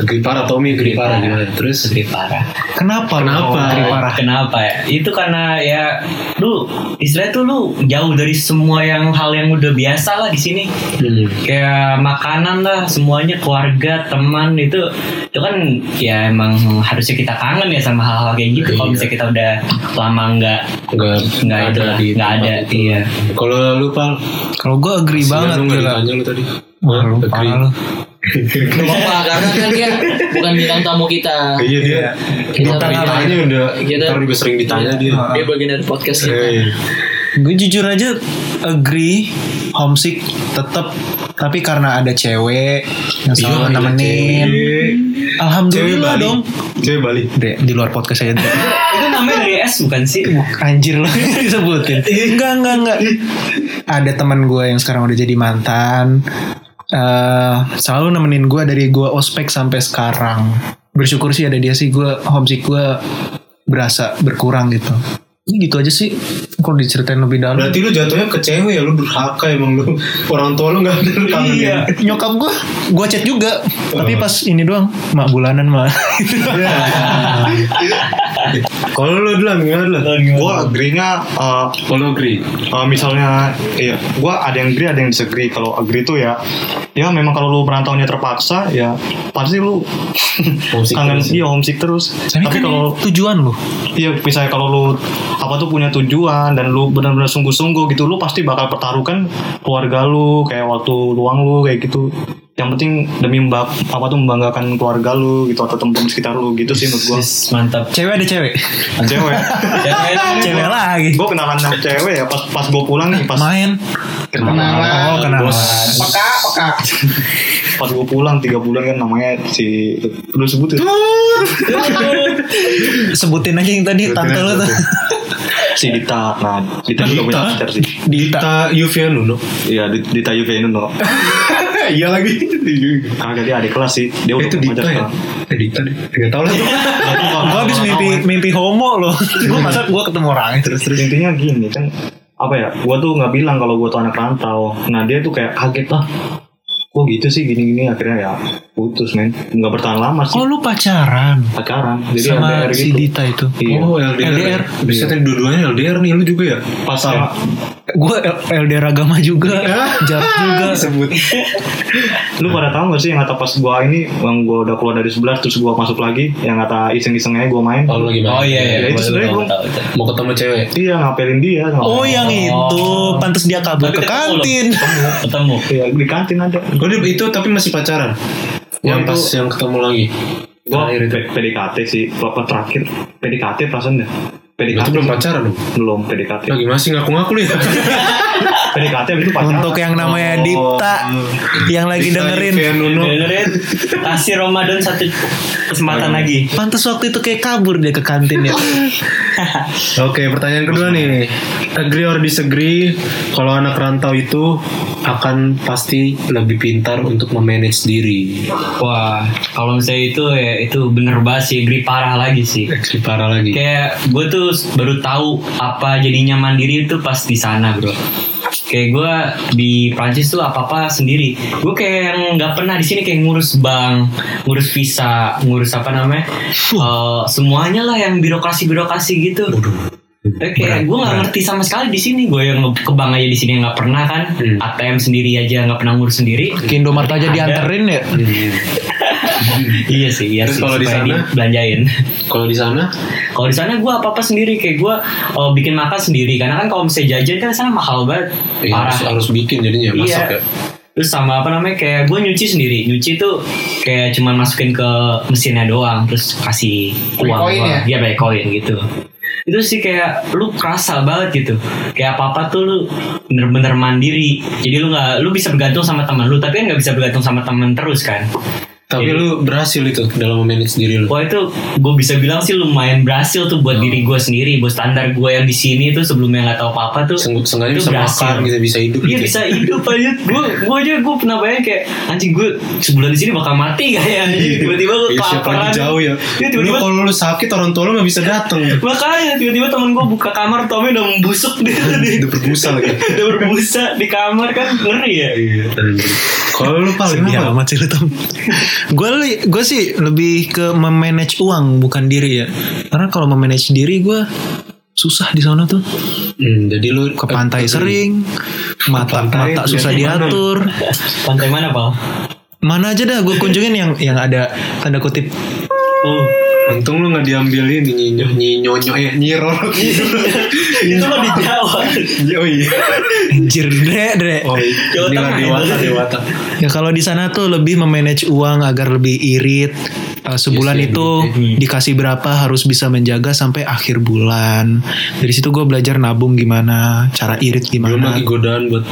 Speaker 3: Agree parah Tommy agree parah gimana? Terus
Speaker 4: agree parah
Speaker 2: Kenapa?
Speaker 3: Kenapa?
Speaker 4: Kenapa ya? Itu karena ya lu istilah tuh lu jauh dari semua yang hal yang udah biasa lah di sini.
Speaker 3: Hmm.
Speaker 4: Kayak makanan lah, semuanya keluarga, teman itu itu kan ya emang harusnya kita kangen ya sama hal-hal kayak gitu. Kalau
Speaker 3: Iya.
Speaker 4: misalnya kita udah lama nggak
Speaker 3: Enggak
Speaker 4: nggak ada nggak ada, iya.
Speaker 3: Kalau lu pal,
Speaker 2: Kalau gue agree banget
Speaker 3: lu nggak
Speaker 2: gila.
Speaker 3: ditanya lu tadi.
Speaker 2: Wah, lu
Speaker 3: Agree.
Speaker 2: parah lu.
Speaker 1: Gak apa-apa karena kan dia bukan bintang tamu kita.
Speaker 3: Iya dia.
Speaker 1: Kita
Speaker 3: Kita
Speaker 1: nggak
Speaker 3: ditanya udah.
Speaker 1: Kita-
Speaker 3: Kita juga sering ditanya dia.
Speaker 1: Dia bagian dari podcast kita.
Speaker 3: Eh,
Speaker 2: Gue jujur aja agree homesick tetap tapi karena ada cewek yang
Speaker 3: iya,
Speaker 2: selalu nemenin.
Speaker 3: cewek. Cewek
Speaker 2: Alhamdulillah
Speaker 3: Bali.
Speaker 2: dong.
Speaker 3: Cewek Bali.
Speaker 2: Dek, di luar podcast saya Dek.
Speaker 4: Itu namanya dari S bukan sih?
Speaker 2: Anjir lo *laughs* disebutin. Iya, Enggak, enggak, enggak. Ada teman gue yang sekarang udah jadi mantan. eh selalu nemenin gue dari gue ospek sampai sekarang. Bersyukur sih ada dia sih gue homesick gue berasa berkurang gitu. Ini Gitu aja sih. Kalau diceritain lebih dalam.
Speaker 3: Berarti lu jatuhnya ke cewek ya, lu durhaka emang lu. Orang tua lu gak ada kangen ya.
Speaker 2: Iya, Nyokap gue, gue chat juga. Tapi pas ini doang, mak bulanan mah. *laughs*
Speaker 3: ya? Kalau lu bilang gimana lu?
Speaker 5: gue agree-nya uh,
Speaker 3: Kalau agree.
Speaker 5: Uh, misalnya iya gue ada yang agree ada yang disagree kalau agree tuh ya ya memang kalau lu perantauannya terpaksa ya pasti lu
Speaker 3: *laughs* Homesick
Speaker 5: kangen
Speaker 3: terus. ya?
Speaker 5: iya homesick terus
Speaker 2: Tapi
Speaker 5: tapi
Speaker 2: kan
Speaker 5: kalau
Speaker 2: ini tujuan lo.
Speaker 5: iya misalnya kalau lu apa tuh punya tujuan dan lu benar-benar sungguh-sungguh gitu lu pasti bakal pertaruhkan keluarga lu kayak waktu luang lu kayak gitu yang penting demi membak apa tuh membanggakan keluarga lu gitu atau teman-teman sekitar lu gitu sih menurut gue
Speaker 4: Yes, mantap.
Speaker 2: Cewek ada cewek. *laughs*
Speaker 5: cewek
Speaker 2: Cewek lagi.
Speaker 5: gue kenalan sama cewek ya pas pas gue pulang nih pas
Speaker 2: Main.
Speaker 5: kenalan
Speaker 2: Oh, kenalan.
Speaker 1: Peka, peka.
Speaker 5: pas gue pulang tiga bulan kan namanya si lu sebut itu
Speaker 2: *laughs* Sebutin aja yang tadi tante lo tuh. *laughs*
Speaker 5: si Dita nah Dita juga punya pacar sih
Speaker 2: Dita.
Speaker 3: Dita Yuvian Nuno.
Speaker 5: iya Dit- Dita Yuvenuno
Speaker 3: *laughs* Iya lagi.
Speaker 5: karena dia Ah, adik kelas sih dia
Speaker 3: Eh,
Speaker 5: udah
Speaker 3: Itu
Speaker 5: punya
Speaker 3: Dita
Speaker 5: pacar
Speaker 3: ya?
Speaker 5: sekarang
Speaker 3: Eh, Dita deh. Gak tau lah.
Speaker 2: Gue habis mimpi mimpi homo loh. *laughs* gue masa gue ketemu orangnya terus.
Speaker 5: terus terus intinya gini kan apa ya gua tuh nggak bilang kalau gua tuh anak rantau nah dia tuh kayak kaget ah kok gitu sih gini gini akhirnya ya putus men nggak bertahan lama sih
Speaker 2: Oh lu pacaran
Speaker 5: pacaran jadi
Speaker 2: sama
Speaker 5: LDR
Speaker 2: si
Speaker 5: gitu
Speaker 2: Dita itu?
Speaker 5: Iya.
Speaker 3: Oh LDR.
Speaker 2: LDR.
Speaker 3: Bisa tadi dua-duanya LDR nih lu juga ya?
Speaker 5: pas
Speaker 2: Gue LDR agama juga,
Speaker 5: Iya. *laughs*
Speaker 2: jarak juga.
Speaker 3: Sebut.
Speaker 5: lu pada tahu gak sih yang kata pas gua ini yang gua udah keluar dari 11 terus gua masuk lagi yang kata iseng-isengnya gua main
Speaker 3: Oh lu gimana?
Speaker 4: Oh iya iya.
Speaker 5: Ya, itu sebenarnya gua-
Speaker 3: Mau ketemu cewek.
Speaker 5: Iya ngapelin dia ngapelin.
Speaker 2: Oh yang itu,
Speaker 4: Oh.
Speaker 2: pantas dia kabur ke kantin.
Speaker 4: Ketemu, ketemu.
Speaker 5: Iya, di kantin ada
Speaker 3: Oh dia- itu tapi masih pacaran.
Speaker 5: Yang
Speaker 3: Yang pas
Speaker 5: itu-
Speaker 3: yang ketemu lagi.
Speaker 5: Gua
Speaker 3: Terakhir itu.
Speaker 5: P- PDKT sih Bapak terakhir PDKT perasaan dah PDKT
Speaker 3: Berarti belum pacaran dong.
Speaker 5: Belum PDKT
Speaker 3: Lagi masih ngaku-ngaku lu *laughs* ya.
Speaker 5: PDKT abis itu pacaran
Speaker 2: Untuk yang
Speaker 5: Oh.
Speaker 2: namanya Dipta yang lagi
Speaker 3: Dita
Speaker 2: dengerin.
Speaker 3: Yuvian Nuno.
Speaker 4: Dengerin kasih Ramadan satu kesempatan lagi.
Speaker 2: Pantas waktu itu kayak kabur dia ke kantin ya.
Speaker 5: *laughs*
Speaker 3: Oke, pertanyaan kedua nih. Agree or disagree kalau anak rantau itu akan pasti lebih pintar untuk memanage diri.
Speaker 4: Wah, kalau misalnya itu ya itu bener banget sih, agree parah lagi sih.
Speaker 3: Lebih parah lagi.
Speaker 4: Kayak gue tuh baru tahu apa jadinya mandiri itu pas di sana bro. Kayak gue di Prancis tuh apa apa sendiri. Gue kayak yang nggak pernah di sini kayak ngurus bank, ngurus visa, ngurus apa namanya, eh, semuanya lah yang birokrasi birokrasi gitu. Eh, kayak gue nggak ngerti sama sekali di sini. Gue yang ke bank aja di sini nggak pernah kan.
Speaker 3: Hmm.
Speaker 4: ATM sendiri aja nggak pernah ngurus sendiri.
Speaker 2: Ke Indomart aja dianterin ya.
Speaker 4: iya sih, iya
Speaker 3: Hmm. Terus
Speaker 4: sih.
Speaker 3: kalau di
Speaker 4: supaya
Speaker 3: sana?
Speaker 4: dibelanjain.
Speaker 3: Kalau di sana,
Speaker 4: Kalau di sana gue apa apa sendiri kayak gue eh, bikin makan sendiri karena kan kalau misalnya jajan kan di sana mahal banget
Speaker 3: ya
Speaker 4: parah.
Speaker 3: harus, harus bikin jadinya masak
Speaker 4: Iya.
Speaker 3: ya.
Speaker 4: Terus sama apa namanya kayak gue nyuci sendiri nyuci tuh kayak cuman masukin ke mesinnya doang terus kasih
Speaker 1: Pakai
Speaker 4: uang
Speaker 1: koin
Speaker 4: gua.
Speaker 1: ya?
Speaker 4: Iya pakai koin gitu. itu sih kayak lu kerasa banget gitu kayak apa apa tuh lu bener-bener mandiri jadi lu nggak lu bisa bergantung sama teman lu tapi kan nggak bisa bergantung sama teman terus kan
Speaker 3: Tapi lu berhasil itu dalam memanage diri lu.
Speaker 4: Wah itu gue bisa bilang sih lumayan berhasil tuh buat diri gue sendiri, buat standar gue yang di sini tuh sebelumnya nggak tahu apa apa tuh.
Speaker 3: Seng- Seenggaknya
Speaker 4: itu
Speaker 3: bisa
Speaker 4: berhasil.
Speaker 3: makan, bisa bisa hidup.
Speaker 4: Iya
Speaker 3: gitu.
Speaker 4: bisa hidup aja. Gue gue aja gue pernah bayang kayak anjing gue sebulan di sini bakal mati kayak anjing. Tiba-tiba gue
Speaker 2: Iya, siapa lagi
Speaker 4: kelaparan.
Speaker 2: jauh ya.
Speaker 4: Iya
Speaker 2: Lu
Speaker 4: tiba-tiba
Speaker 2: kalau lu sakit orang tua lu gak bisa
Speaker 4: *laughs*
Speaker 2: datang.
Speaker 4: makanya tiba-tiba temen gue buka kamar Tommy udah membusuk
Speaker 2: *laughs*
Speaker 4: di
Speaker 2: Udah berbusa lagi.
Speaker 4: udah berbusa di kamar kan ngeri ya.
Speaker 2: Kalau lu paling
Speaker 3: Sedih
Speaker 2: apa?
Speaker 3: amat
Speaker 2: sih *laughs* lu Gue gue sih lebih ke memanage uang bukan diri ya. Karena kalau memanage diri gue susah di sana tuh.
Speaker 3: Hmm, jadi lu
Speaker 2: Ke pantai
Speaker 3: Eh,
Speaker 2: sering, mata mata susah diatur.
Speaker 4: Pantai mana pal?
Speaker 2: Mana aja dah gue kunjungin yang yang ada tanda kutip *laughs*
Speaker 4: Oh,
Speaker 3: Untung lu nggak diambilin nyinyo nyinyo ya nyiror.
Speaker 4: *laughs* itu mah di Jawa.
Speaker 3: Oh iya.
Speaker 2: anjir dre dre.
Speaker 3: Oh iya.
Speaker 4: Jawa
Speaker 3: Inilah
Speaker 4: Tengah.
Speaker 3: dewata dewata.
Speaker 2: Ya kalau di sana tuh lebih memanage uang agar lebih irit. Eh, sebulan
Speaker 3: Yes,
Speaker 2: itu dikasih berapa harus bisa menjaga sampai akhir bulan. Dari situ gue belajar nabung gimana, cara irit
Speaker 3: Belum
Speaker 2: gimana.
Speaker 3: lagi
Speaker 4: Nah.
Speaker 3: godaan buat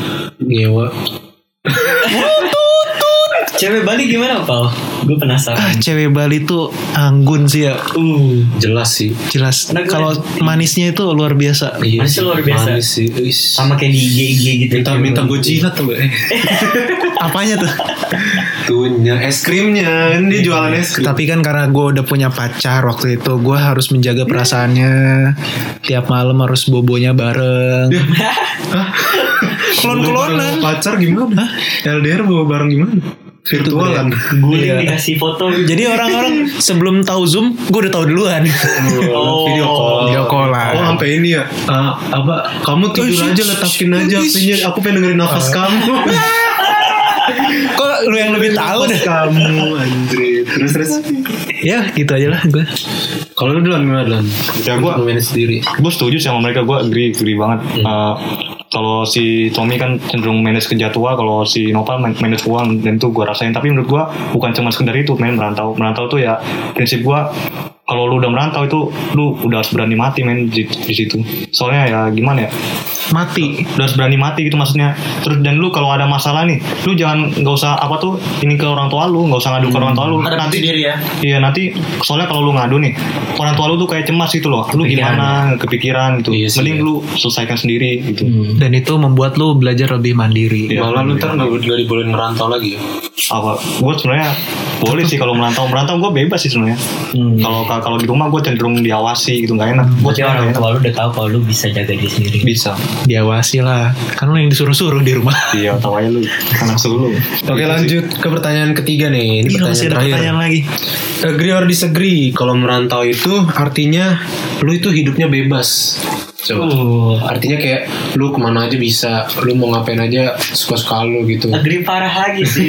Speaker 3: nyewa.
Speaker 4: Cewek Bali gimana pal? Gue
Speaker 2: Ah,
Speaker 4: penasaran.
Speaker 2: cewek Bali tuh anggun sih ya,
Speaker 4: Uh,
Speaker 3: Jelas sih.
Speaker 2: jelas.
Speaker 4: Nah, gue-
Speaker 2: Kalau manisnya itu luar biasa.
Speaker 3: ya? Iya.
Speaker 4: Manis
Speaker 3: sih.
Speaker 4: luar biasa.
Speaker 3: Manis sih. Wis.
Speaker 4: sama kayak di IG IG gitu.
Speaker 3: Minta minta gue jilat tuh. eh.
Speaker 2: Apanya
Speaker 3: *laughs*
Speaker 2: tuh?
Speaker 3: Tuhnya es krimnya.
Speaker 4: Iya,
Speaker 3: Ini dia jualan es krim.
Speaker 2: Tapi kan karena gue udah punya pacar waktu itu, gue harus menjaga perasaannya. Tiap malam harus bobonya bareng.
Speaker 3: Iya.
Speaker 2: Klon-klonan.
Speaker 3: Pacar gimana? LDR bawa bareng gimana? Virtualan.
Speaker 2: ya.
Speaker 4: Guling dikasih foto
Speaker 2: Jadi orang-orang sebelum tahu Zoom, gue udah tahu
Speaker 3: *laughs*
Speaker 2: duluan.
Speaker 4: Oh.
Speaker 3: Iya, kan? Video call.
Speaker 2: Video call lah.
Speaker 3: Oh sampai ini ya. Ah, apa? Kamu tidur
Speaker 2: Uish,
Speaker 3: aja letakin aja
Speaker 2: uish.
Speaker 3: hpnya. Aku pengen dengerin nafas
Speaker 2: Ah.
Speaker 3: kamu.
Speaker 2: *laughs* Kok lu yang lebih tahu
Speaker 3: Nafas
Speaker 2: dah?
Speaker 3: kamu Andre. Terus terus.
Speaker 2: Ya gitu aja lah gue.
Speaker 3: Kalau lu duluan gimana duluan?
Speaker 5: Ya, gua-
Speaker 3: Untuk manage sendiri.
Speaker 5: gue setuju sama mereka gue agree agree banget Eh, kalau si Tommy kan cenderung manage ke jadwal kalau si Nopal man- manage uang dan itu gue rasain tapi menurut gue bukan cuma sekedar itu main merantau merantau tuh ya prinsip gue kalau lu udah merantau itu lu udah harus berani mati main di, di situ soalnya ya gimana ya
Speaker 2: Mati.
Speaker 5: udah harus berani mati gitu maksudnya terus dan lu kalau ada masalah nih lu jangan nggak usah apa tuh ini ke orang tua lu nggak usah ngadu ke orang
Speaker 3: Hmm,
Speaker 5: tua lu nanti
Speaker 1: diri ya.
Speaker 5: Iya nanti soalnya kalau lu ngadu nih orang tua lu tuh kayak cemas gitu loh. Lu gimana kepikiran gitu.
Speaker 3: Iya sih,
Speaker 5: Mending
Speaker 3: iya.
Speaker 5: lu selesaikan sendiri gitu.
Speaker 2: Dan itu membuat lu belajar lebih mandiri.
Speaker 5: Iya.
Speaker 3: Ya, Malah lu ntar nggak nggak dibolehin merantau lagi ya?
Speaker 5: Apa? Gue sebenarnya boleh sih kalau merantau merantau gue bebas sih sebenarnya.
Speaker 3: Hmm.
Speaker 4: Hmm.
Speaker 5: Kalau kalau di rumah gue cenderung diawasi gitu nggak enak. Gue
Speaker 4: Berarti orang tua lu udah tahu kalau lu bisa jaga diri sendiri.
Speaker 5: bisa.
Speaker 2: Diawasi lah. Kan lu yang disuruh-suruh di *laughs* rumah.
Speaker 5: Iya tahu
Speaker 3: *laughs*
Speaker 5: aja lu anak sulung.
Speaker 3: Oke lanjut ke pertanyaan ketiga nih. Ini
Speaker 2: Gila Iya,
Speaker 3: pertanyaan
Speaker 2: masih ada
Speaker 3: terakhir.
Speaker 2: pertanyaan lagi.
Speaker 3: Agree or disagree? Kalau merantau itu artinya lu itu hidupnya bebas.
Speaker 2: Hmm.
Speaker 3: Coba.
Speaker 4: Uh,
Speaker 3: Artinya kayak lu kemana aja bisa, lu mau ngapain aja suka-suka lu gitu.
Speaker 4: agree parah lagi sih.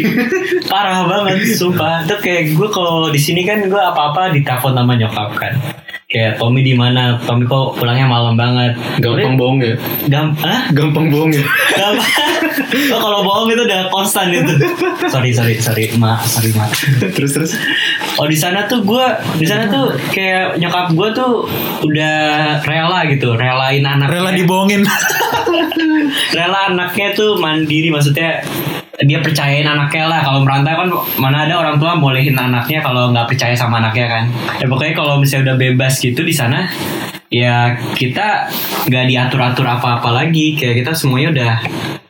Speaker 4: parah banget sumpah. Itu kayak gue kalau di sini kan gue apa-apa ditelepon sama nyokap kan. Kayak Tommy di mana? Tommy kok pulangnya malam banget.
Speaker 3: Gampang bohong ya?
Speaker 4: Gam ah?
Speaker 3: Gampang bohong ya? *laughs*
Speaker 4: Gampang. *laughs* Lo kalau bohong itu udah konstan itu. sorry sorry sorry ma sorry ma.
Speaker 3: terus terus.
Speaker 4: Oh di sana tuh gue di sana tuh kayak nyokap gue tuh udah rela gitu relain anak
Speaker 2: Rela dibohongin.
Speaker 4: rela anaknya tuh mandiri maksudnya dia percayain anaknya lah kalau merantau kan mana ada orang tua bolehin anaknya kalau nggak percaya sama anaknya kan ya pokoknya kalau misalnya udah bebas gitu di sana ya kita nggak diatur atur apa apa lagi kayak kita semuanya udah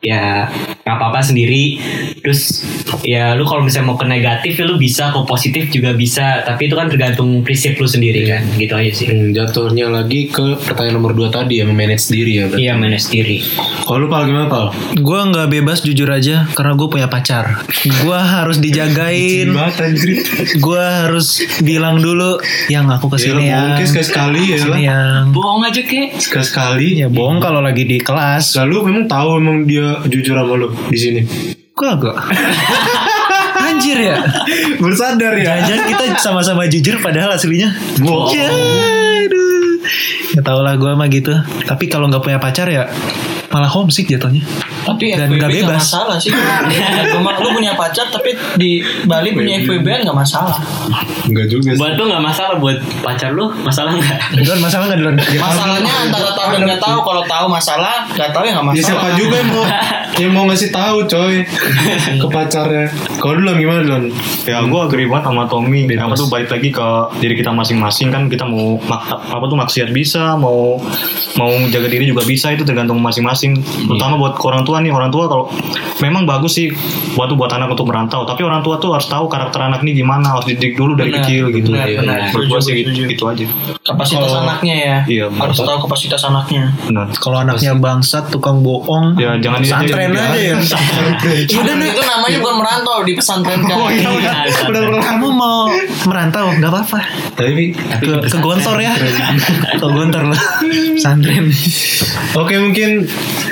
Speaker 4: ya nggak apa apa sendiri terus ya lu kalau misalnya mau ke negatif ya lu bisa ke positif juga bisa tapi itu kan tergantung prinsip lu sendiri kan gitu aja sih
Speaker 3: Hmm, jatuhnya lagi ke pertanyaan nomor dua tadi ya, memanage diri ya. berarti.
Speaker 4: iya manage diri
Speaker 3: Kalau lu pal gimana pal?
Speaker 2: gue nggak bebas jujur aja karena gue punya pacar. Gue harus dijagain. Gue harus bilang dulu yang aku kesini yang.
Speaker 3: Ya, bohong sekali sekali ya.
Speaker 2: Kesini
Speaker 3: lah.
Speaker 2: yang.
Speaker 4: bohong aja kek
Speaker 3: Sekali sekali.
Speaker 2: Ya bohong kalau lagi di kelas.
Speaker 3: Lalu memang tahu emang dia jujur sama lu di sini.
Speaker 2: Kagak. *laughs* Anjir ya.
Speaker 3: Bersadar
Speaker 2: Jangan-jangan kita sama-sama jujur padahal aslinya
Speaker 3: Bohong.
Speaker 2: Ya, aduh. Ya tau lah gue mah gitu Tapi kalau nggak punya pacar ya Malah homesick jatuhnya
Speaker 4: Oh,
Speaker 1: tapi
Speaker 2: Dan
Speaker 1: FWB
Speaker 2: nggak
Speaker 1: nggak
Speaker 2: bebas.
Speaker 1: masalah sih. Dan rumah lu punya pacar tapi di Bali punya FWB an nggak masalah.
Speaker 6: Enggak juga sih.
Speaker 4: Buat lu nggak masalah buat pacar lu masalah nggak?
Speaker 2: Don masalah nggak Don?
Speaker 1: Masalahnya antara tahu dan nggak tahu. Kalau tahu masalah, nggak tahu ya nggak
Speaker 6: Ya
Speaker 1: masalah.
Speaker 6: siapa juga yang mau
Speaker 3: *laughs*
Speaker 6: yang mau ngasih tahu coy ke pacarnya. Kalau dulu gimana dulu?
Speaker 5: Ya gue agree banget sama Tommy Apa tuh balik lagi ke diri kita masing-masing kan Kita mau mak- apa tuh maksiat bisa Mau mau jaga diri juga bisa Itu tergantung masing-masing
Speaker 1: Iya.
Speaker 5: Terutama buat orang tua nih Orang tua kalau Memang bagus sih Buat buat anak untuk merantau Tapi orang tua tuh harus tahu karakter anak ini gimana Harus didik dulu dari
Speaker 1: Benar,
Speaker 5: kecil gitu
Speaker 4: Iya,
Speaker 1: benar, benar.
Speaker 5: Buat gue sih gitu,
Speaker 1: Setuju,
Speaker 5: gitu aja
Speaker 1: Kapasitas anaknya ya.
Speaker 5: Iya,
Speaker 1: Harus tahu kapasitas anaknya.
Speaker 5: Benar
Speaker 2: Kalau anaknya bangsat, tukang bohong,
Speaker 5: Ya jangan
Speaker 2: santren
Speaker 5: jadi-
Speaker 2: aja ya.
Speaker 1: Udah itu namanya bukan merantau di pesantren kan.
Speaker 4: iya.
Speaker 2: Udah kamu mau merantau nggak apa-apa.
Speaker 6: Tapi
Speaker 2: Ke, ke Gontor ya, ke Gontor lah, santren.
Speaker 3: Oke mungkin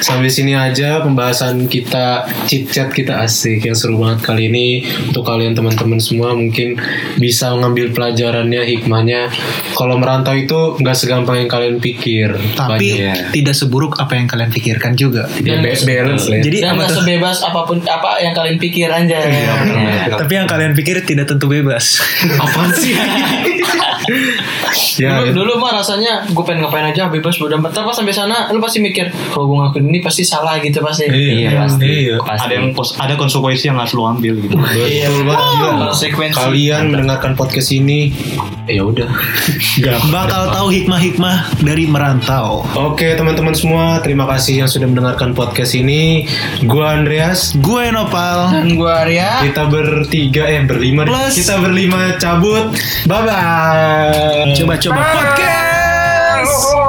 Speaker 3: sampai sini aja pembahasan kita chit-chat kita asik yang seru banget kali ini untuk kalian teman-teman semua mungkin bisa mengambil pelajarannya hikmahnya kalau merantau itu nggak segampang yang kalian pikir
Speaker 2: Tapi
Speaker 4: Iya.
Speaker 2: tidak seburuk apa yang kalian pikirkan juga.
Speaker 3: ya, ba- balance lah ya.
Speaker 2: Jadi
Speaker 1: Dan
Speaker 2: apa
Speaker 1: nggak
Speaker 2: tuh?
Speaker 1: sebebas apapun apa yang kalian pikir aja.
Speaker 4: Iya,
Speaker 2: Tapi yang kalian pikir tidak tentu bebas.
Speaker 3: apa sih
Speaker 4: Iya,
Speaker 3: Ya,
Speaker 1: dulu, dulu mah rasanya gue pengen ngapain aja bebas bodo amat. Tapi pas sampai sana lu pasti mikir kalau gue ngakuin ini pasti salah gitu pasti.
Speaker 4: Iya pasti.
Speaker 6: Iya.
Speaker 4: Pasti.
Speaker 5: ada yang pos- ada konsekuensi yang harus lo ambil
Speaker 1: *laughs*
Speaker 5: gitu.
Speaker 3: betul banget
Speaker 1: Iya.
Speaker 3: gila.
Speaker 1: Konsekuensi.
Speaker 3: kalian mendengarkan podcast ini ya udah
Speaker 2: Bakal tahu hikmah-hikmah dari merantau.
Speaker 3: Oke teman-teman semua, terima kasih yang sudah mendengarkan podcast ini. Gua Andreas,
Speaker 2: Gue Nopal.
Speaker 1: Dan gue Arya.
Speaker 3: kita bertiga eh berlima, deh.
Speaker 2: Plus.
Speaker 3: kita berlima cabut. Bye bye.
Speaker 2: Coba-coba podcast.